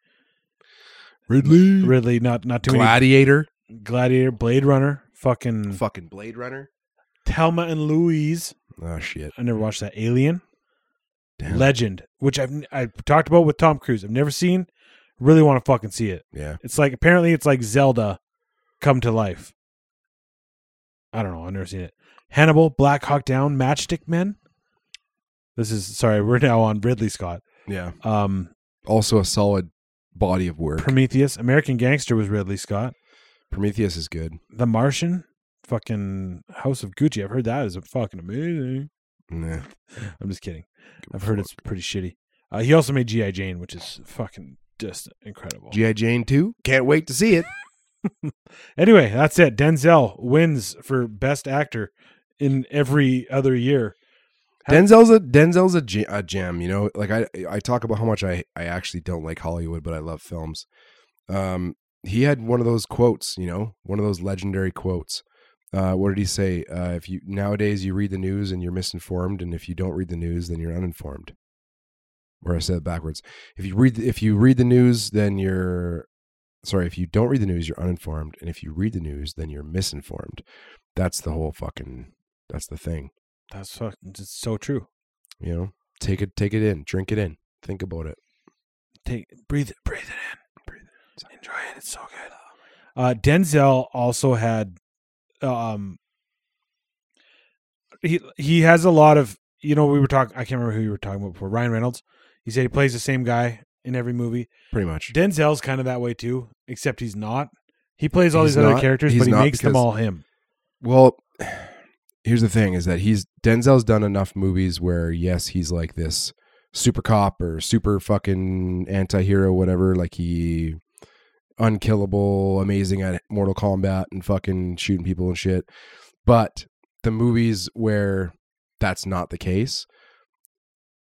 Ridley. Ridley, not not too Gladiator, many. Gladiator, Blade Runner, fucking fucking Blade Runner. Thelma and Louise. Oh shit, I never watched that. Alien. Damn. Legend, which I've I talked about with Tom Cruise. I've never seen. Really want to fucking see it. yeah. It's like apparently it's like Zelda come to life. I don't know. I've never seen it. Hannibal, Black Hawk Down, Matchstick Men. This is sorry. We're now on Ridley Scott. Yeah. Um, Also a solid body of work. Prometheus, American Gangster was Ridley Scott. Prometheus is good. The Martian, fucking House of Gucci. I've heard that is fucking amazing. Nah, I'm just kidding. I've heard it's pretty shitty. Uh, he also made GI Jane, which is fucking just incredible. GI Jane too. Can't wait to see it. Anyway, that's it. Denzel wins for best actor in every other year. How- Denzel's a Denzel's a, ge- a gem, you know. Like I I talk about how much I I actually don't like Hollywood, but I love films. Um, he had one of those quotes, you know, one of those legendary quotes. Uh, what did he say? Uh, if you nowadays you read the news and you're misinformed, and if you don't read the news, then you're uninformed. Or I said it backwards. If you read if you read the news, then you're sorry. If you don't read the news, you're uninformed, and if you read the news, then you're misinformed. That's the whole fucking. That's the thing That's fucking just so true. you know take it take it in drink it in think about it Take breathe it, breathe it in, breathe it. In. Enjoy it. It's so good. Uh, Denzel also had, um, he he has a lot of you know we were talking I can't remember who you were talking about before Ryan Reynolds. He said he plays the same guy in every movie. pretty much Denzel's kind of that way too, except he's not. He plays all He's these other not- characters, he's but he not makes them because- all him. well here's the thing is that he's denzel's done enough movies where yes he's like this super cop or super fucking anti-hero whatever like he unkillable amazing at mortal kombat and fucking shooting people and shit but the movies where that's not the case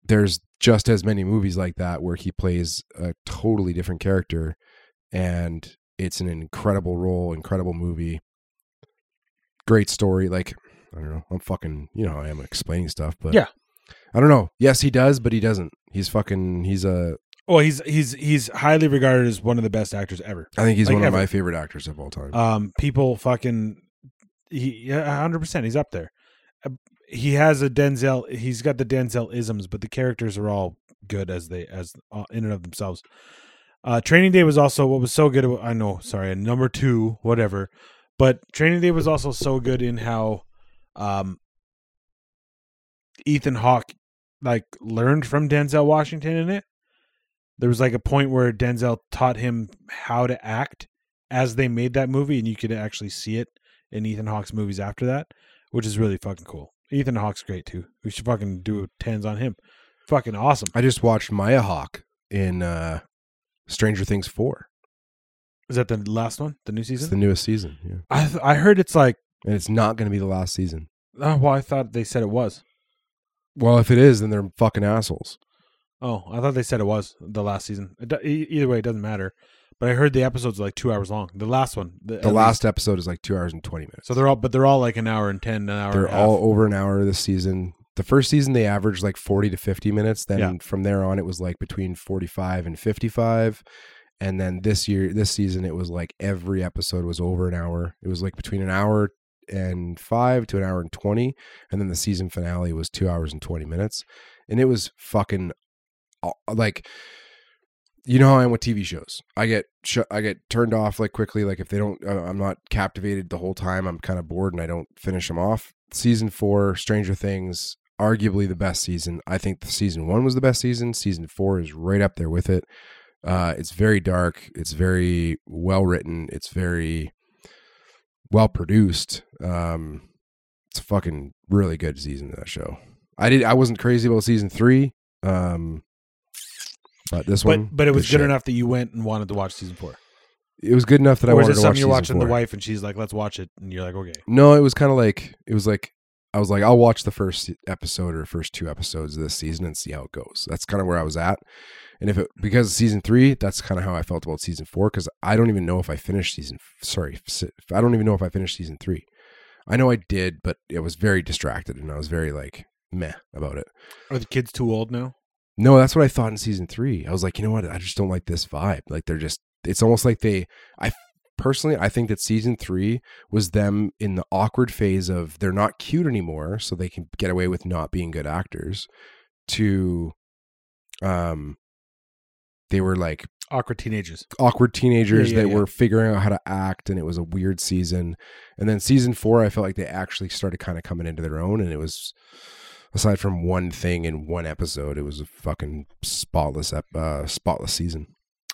there's just as many movies like that where he plays a totally different character and it's an incredible role, incredible movie. Great story. Like, I don't know. I'm fucking, you know, I am explaining stuff, but Yeah. I don't know. Yes, he does, but he doesn't. He's fucking, he's uh, a, Well, he's he's he's highly regarded as one of the best actors ever. I Uh, think he's Like one ever. of my favorite actors of all time. Um, people fucking, he hundred percent. He's up there. Uh, He has a Denzel. He's got the Denzel isms, but the characters are all good as they as uh, in and of themselves. Uh, Training Day was also what was so good. about- I know, sorry, number two, whatever. But Training Day was also so good in how, um, Ethan Hawke like learned from Denzel Washington in it. There was like a point where Denzel taught him how to act as they made that movie, and you could actually see it in Ethan Hawke's movies after that, which is really fucking cool. Ethan Hawke's great too. We should fucking do tens on him. Fucking awesome. I just watched Maya Hawk in uh, Stranger Things 4. Is that the last one? The new season? It's the newest season. Yeah. I th- I heard it's like. And it's not going to be the last season. Oh, well, I thought they said it was. Well, if it is, then they're fucking assholes. Oh, I thought they said it was the last season. It do- e- either way, it doesn't matter. But I heard the episodes are like two hours long. The last one. at The least. last episode is like two hours and 20 minutes. So they're all, but they're all like an hour and ten, an hour. and They're a half. all over an hour this season. The first season, they averaged like 40 to 50 minutes. Then Yeah. from there on, it was like between 45 and 55. And then this year, this season, it was like every episode was over an hour. It was like between an hour and five to an hour and 20. And then the season finale was two hours and 20 minutes. And it was fucking aw- like, you know how I am with TV shows. I get sh- I get turned off like quickly. Like if they don't, uh, I'm not captivated the whole time. I'm kind of bored and I don't finish them off. Season four, Stranger Things, arguably the best season. I think the season one was the best season. Season four is right up there with it. Uh, it's very dark. It's very well written. It's very well produced. Um, it's a fucking really good season of that show. I did. I wasn't crazy about season three. Um, but this one, But but it was this good shit. enough that you went and wanted to watch season four. It was good enough that I or is wanted it to watch something you're season watching four. the wife and she's like, "Let's watch it," and you're like, "Okay." No, it was kind of like it was like I was like I'll watch the first episode or first two episodes of this season and see how it goes. That's kind of where I was at. And if it because of season 3, that's kind of how I felt about season 4 cuz I don't even know if I finished season sorry, si- I don't even know if I finished season 3. I know I did, but it was very distracted and I was very like meh about it. Are the kids too old now? No, that's what I thought in season three. I was like, you know what? I just don't like this vibe. Like they're just. It's almost like they. I personally, I think that season three was them in the awkward phase of they're not cute anymore, so they can get away with not being good actors. To, um, they were like Awkward teenagers. awkward teenagers Yeah, yeah, that yeah. were figuring out how to act and it was a weird season and then season four i felt like they actually started kind of coming into their own and it was aside from one thing in one episode it was a fucking spotless ep- uh, spotless season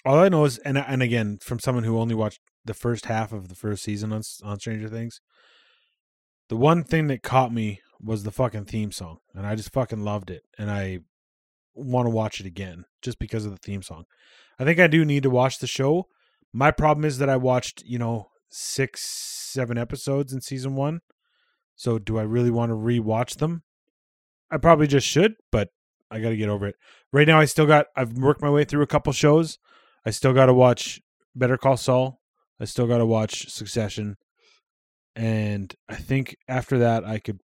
All I know is, and and again, from someone who only watched the first half of the first season on S- on Stranger Things, the one thing that caught me was the fucking theme song, and I just fucking loved it, and I want to watch it again just because of the theme song. I think I do need to watch the show. My problem is that I watched, you know, six, seven episodes in season one. So do I really want to rewatch them? I probably just should, but I got to get over it. Right now, I still got, I've worked my way through a couple shows. I still got to watch Better Call Saul. I still got to watch Succession. And I think after that, I could,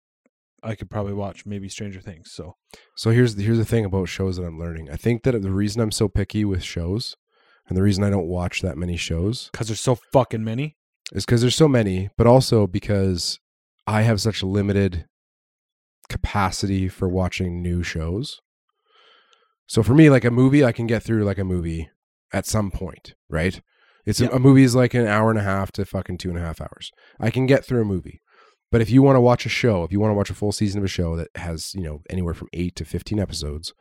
I could probably watch maybe Stranger Things. So So here's the, here's the thing about shows that I'm learning. I think that the reason I'm so picky with shows, and the reason I don't watch that many shows, because there's so fucking many. is because there's so many, but also because I have such a limited capacity for watching new shows. So for me, like a movie, I can get through like a movie at some point, right? It's Yeah. a, a movie is like an hour and a half to fucking two and a half hours. I can get through a movie. But if you want to watch a show, if you want to watch a full season of a show that has, you know, anywhere from eight to 15 episodes,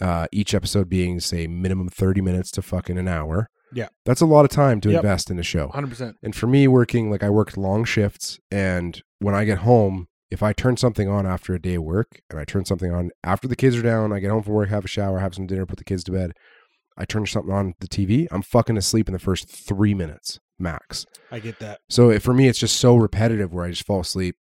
uh, each episode being, say, minimum 30 minutes to fucking an hour. Yeah. That's a lot of time to Yep. invest in a show. 100%. And for me, working like I worked long shifts, and when I get home, if I turn something on after a day of work, and I turn something on after the kids are down, I get home from work, have a shower, have some dinner, put the kids to bed. I turn something on the TV. I'm fucking asleep in the first three minutes max. I get that. So it, for me, it's just so repetitive where I just fall asleep.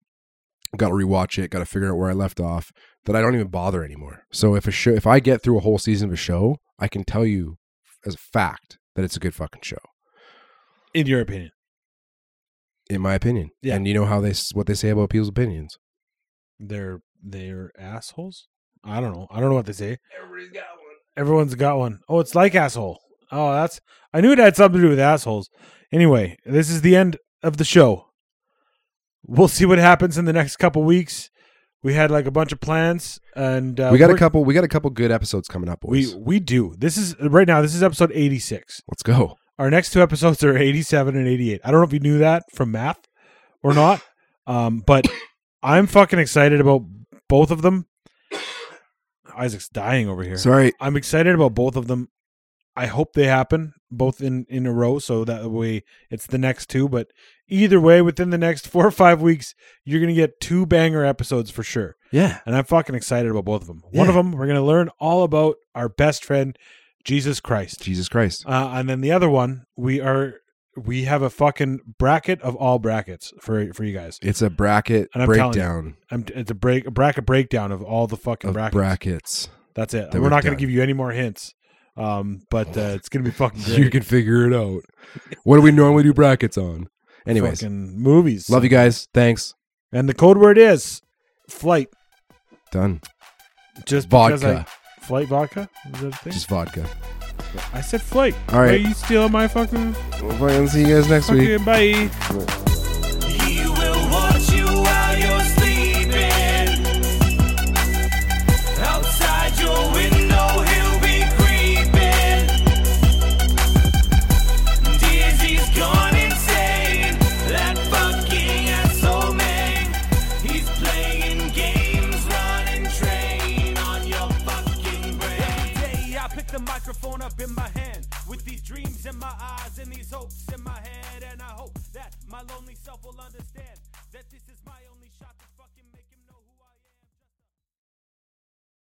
Got to rewatch it. Got to figure out where I left off. that I don't even bother anymore. So if a show, if I get through a whole season of a show, I can tell you as a fact that it's a good fucking show, in your opinion. in my opinion. Yeah. And you know how they s- what they say about people's opinions. They're they're assholes. I don't know. I don't know what they say. Everybody's got one. Everyone's got one. Oh, it's like asshole. Oh, that's. I knew it had something to do with assholes. Anyway, this is the end of the show. We'll see what happens in the next couple weeks. We had like a bunch of plans, and uh, we got a we're- couple. We got a couple good episodes coming up, boys. We we do. This is right now. This is episode eighty six. Let's go. Our next two episodes are 87 and 88. I don't know if you knew that from math or not, um, but I'm fucking excited about both of them. Isaac's dying over here. Sorry. I'm excited about both of them. I hope they happen both in in a row, so that way it's the next two. But either way, within the next four or five weeks, you're gonna get two banger episodes for sure Yeah. and I'm fucking excited about both of them. One of them, we're gonna learn all about our best friend, Jesus Christ, Jesus Christ. uh, and then the other one, we are we have a fucking bracket of all brackets for for you guys. It's a bracket And I'm telling you, breakdown I'm, it's a break a bracket breakdown of all the fucking of brackets. brackets. That's it. that we're we've not gonna done. give you any more hints, um, but uh, it's gonna be fucking great. You can figure it out. What do we normally do brackets on? Anyways, fucking movies. love you guys. Thanks. And the code word is flight. Done. Just because Vodka. I, flight vodka. Is that a thing? Just vodka. I said flight. All right. Are you stealing my fucking? We'll fucking see you guys next week. fucking bye. He will watch you while you're sleeping. Outside your window, he'll be creeping. Dizzy's gone insane. That fucking asshole man. He's playing games, running train on your fucking brain. Day I picked the microphone up in my hand with these dreams in my eyes and these hopes in my head, and I hope that my lonely self will understand.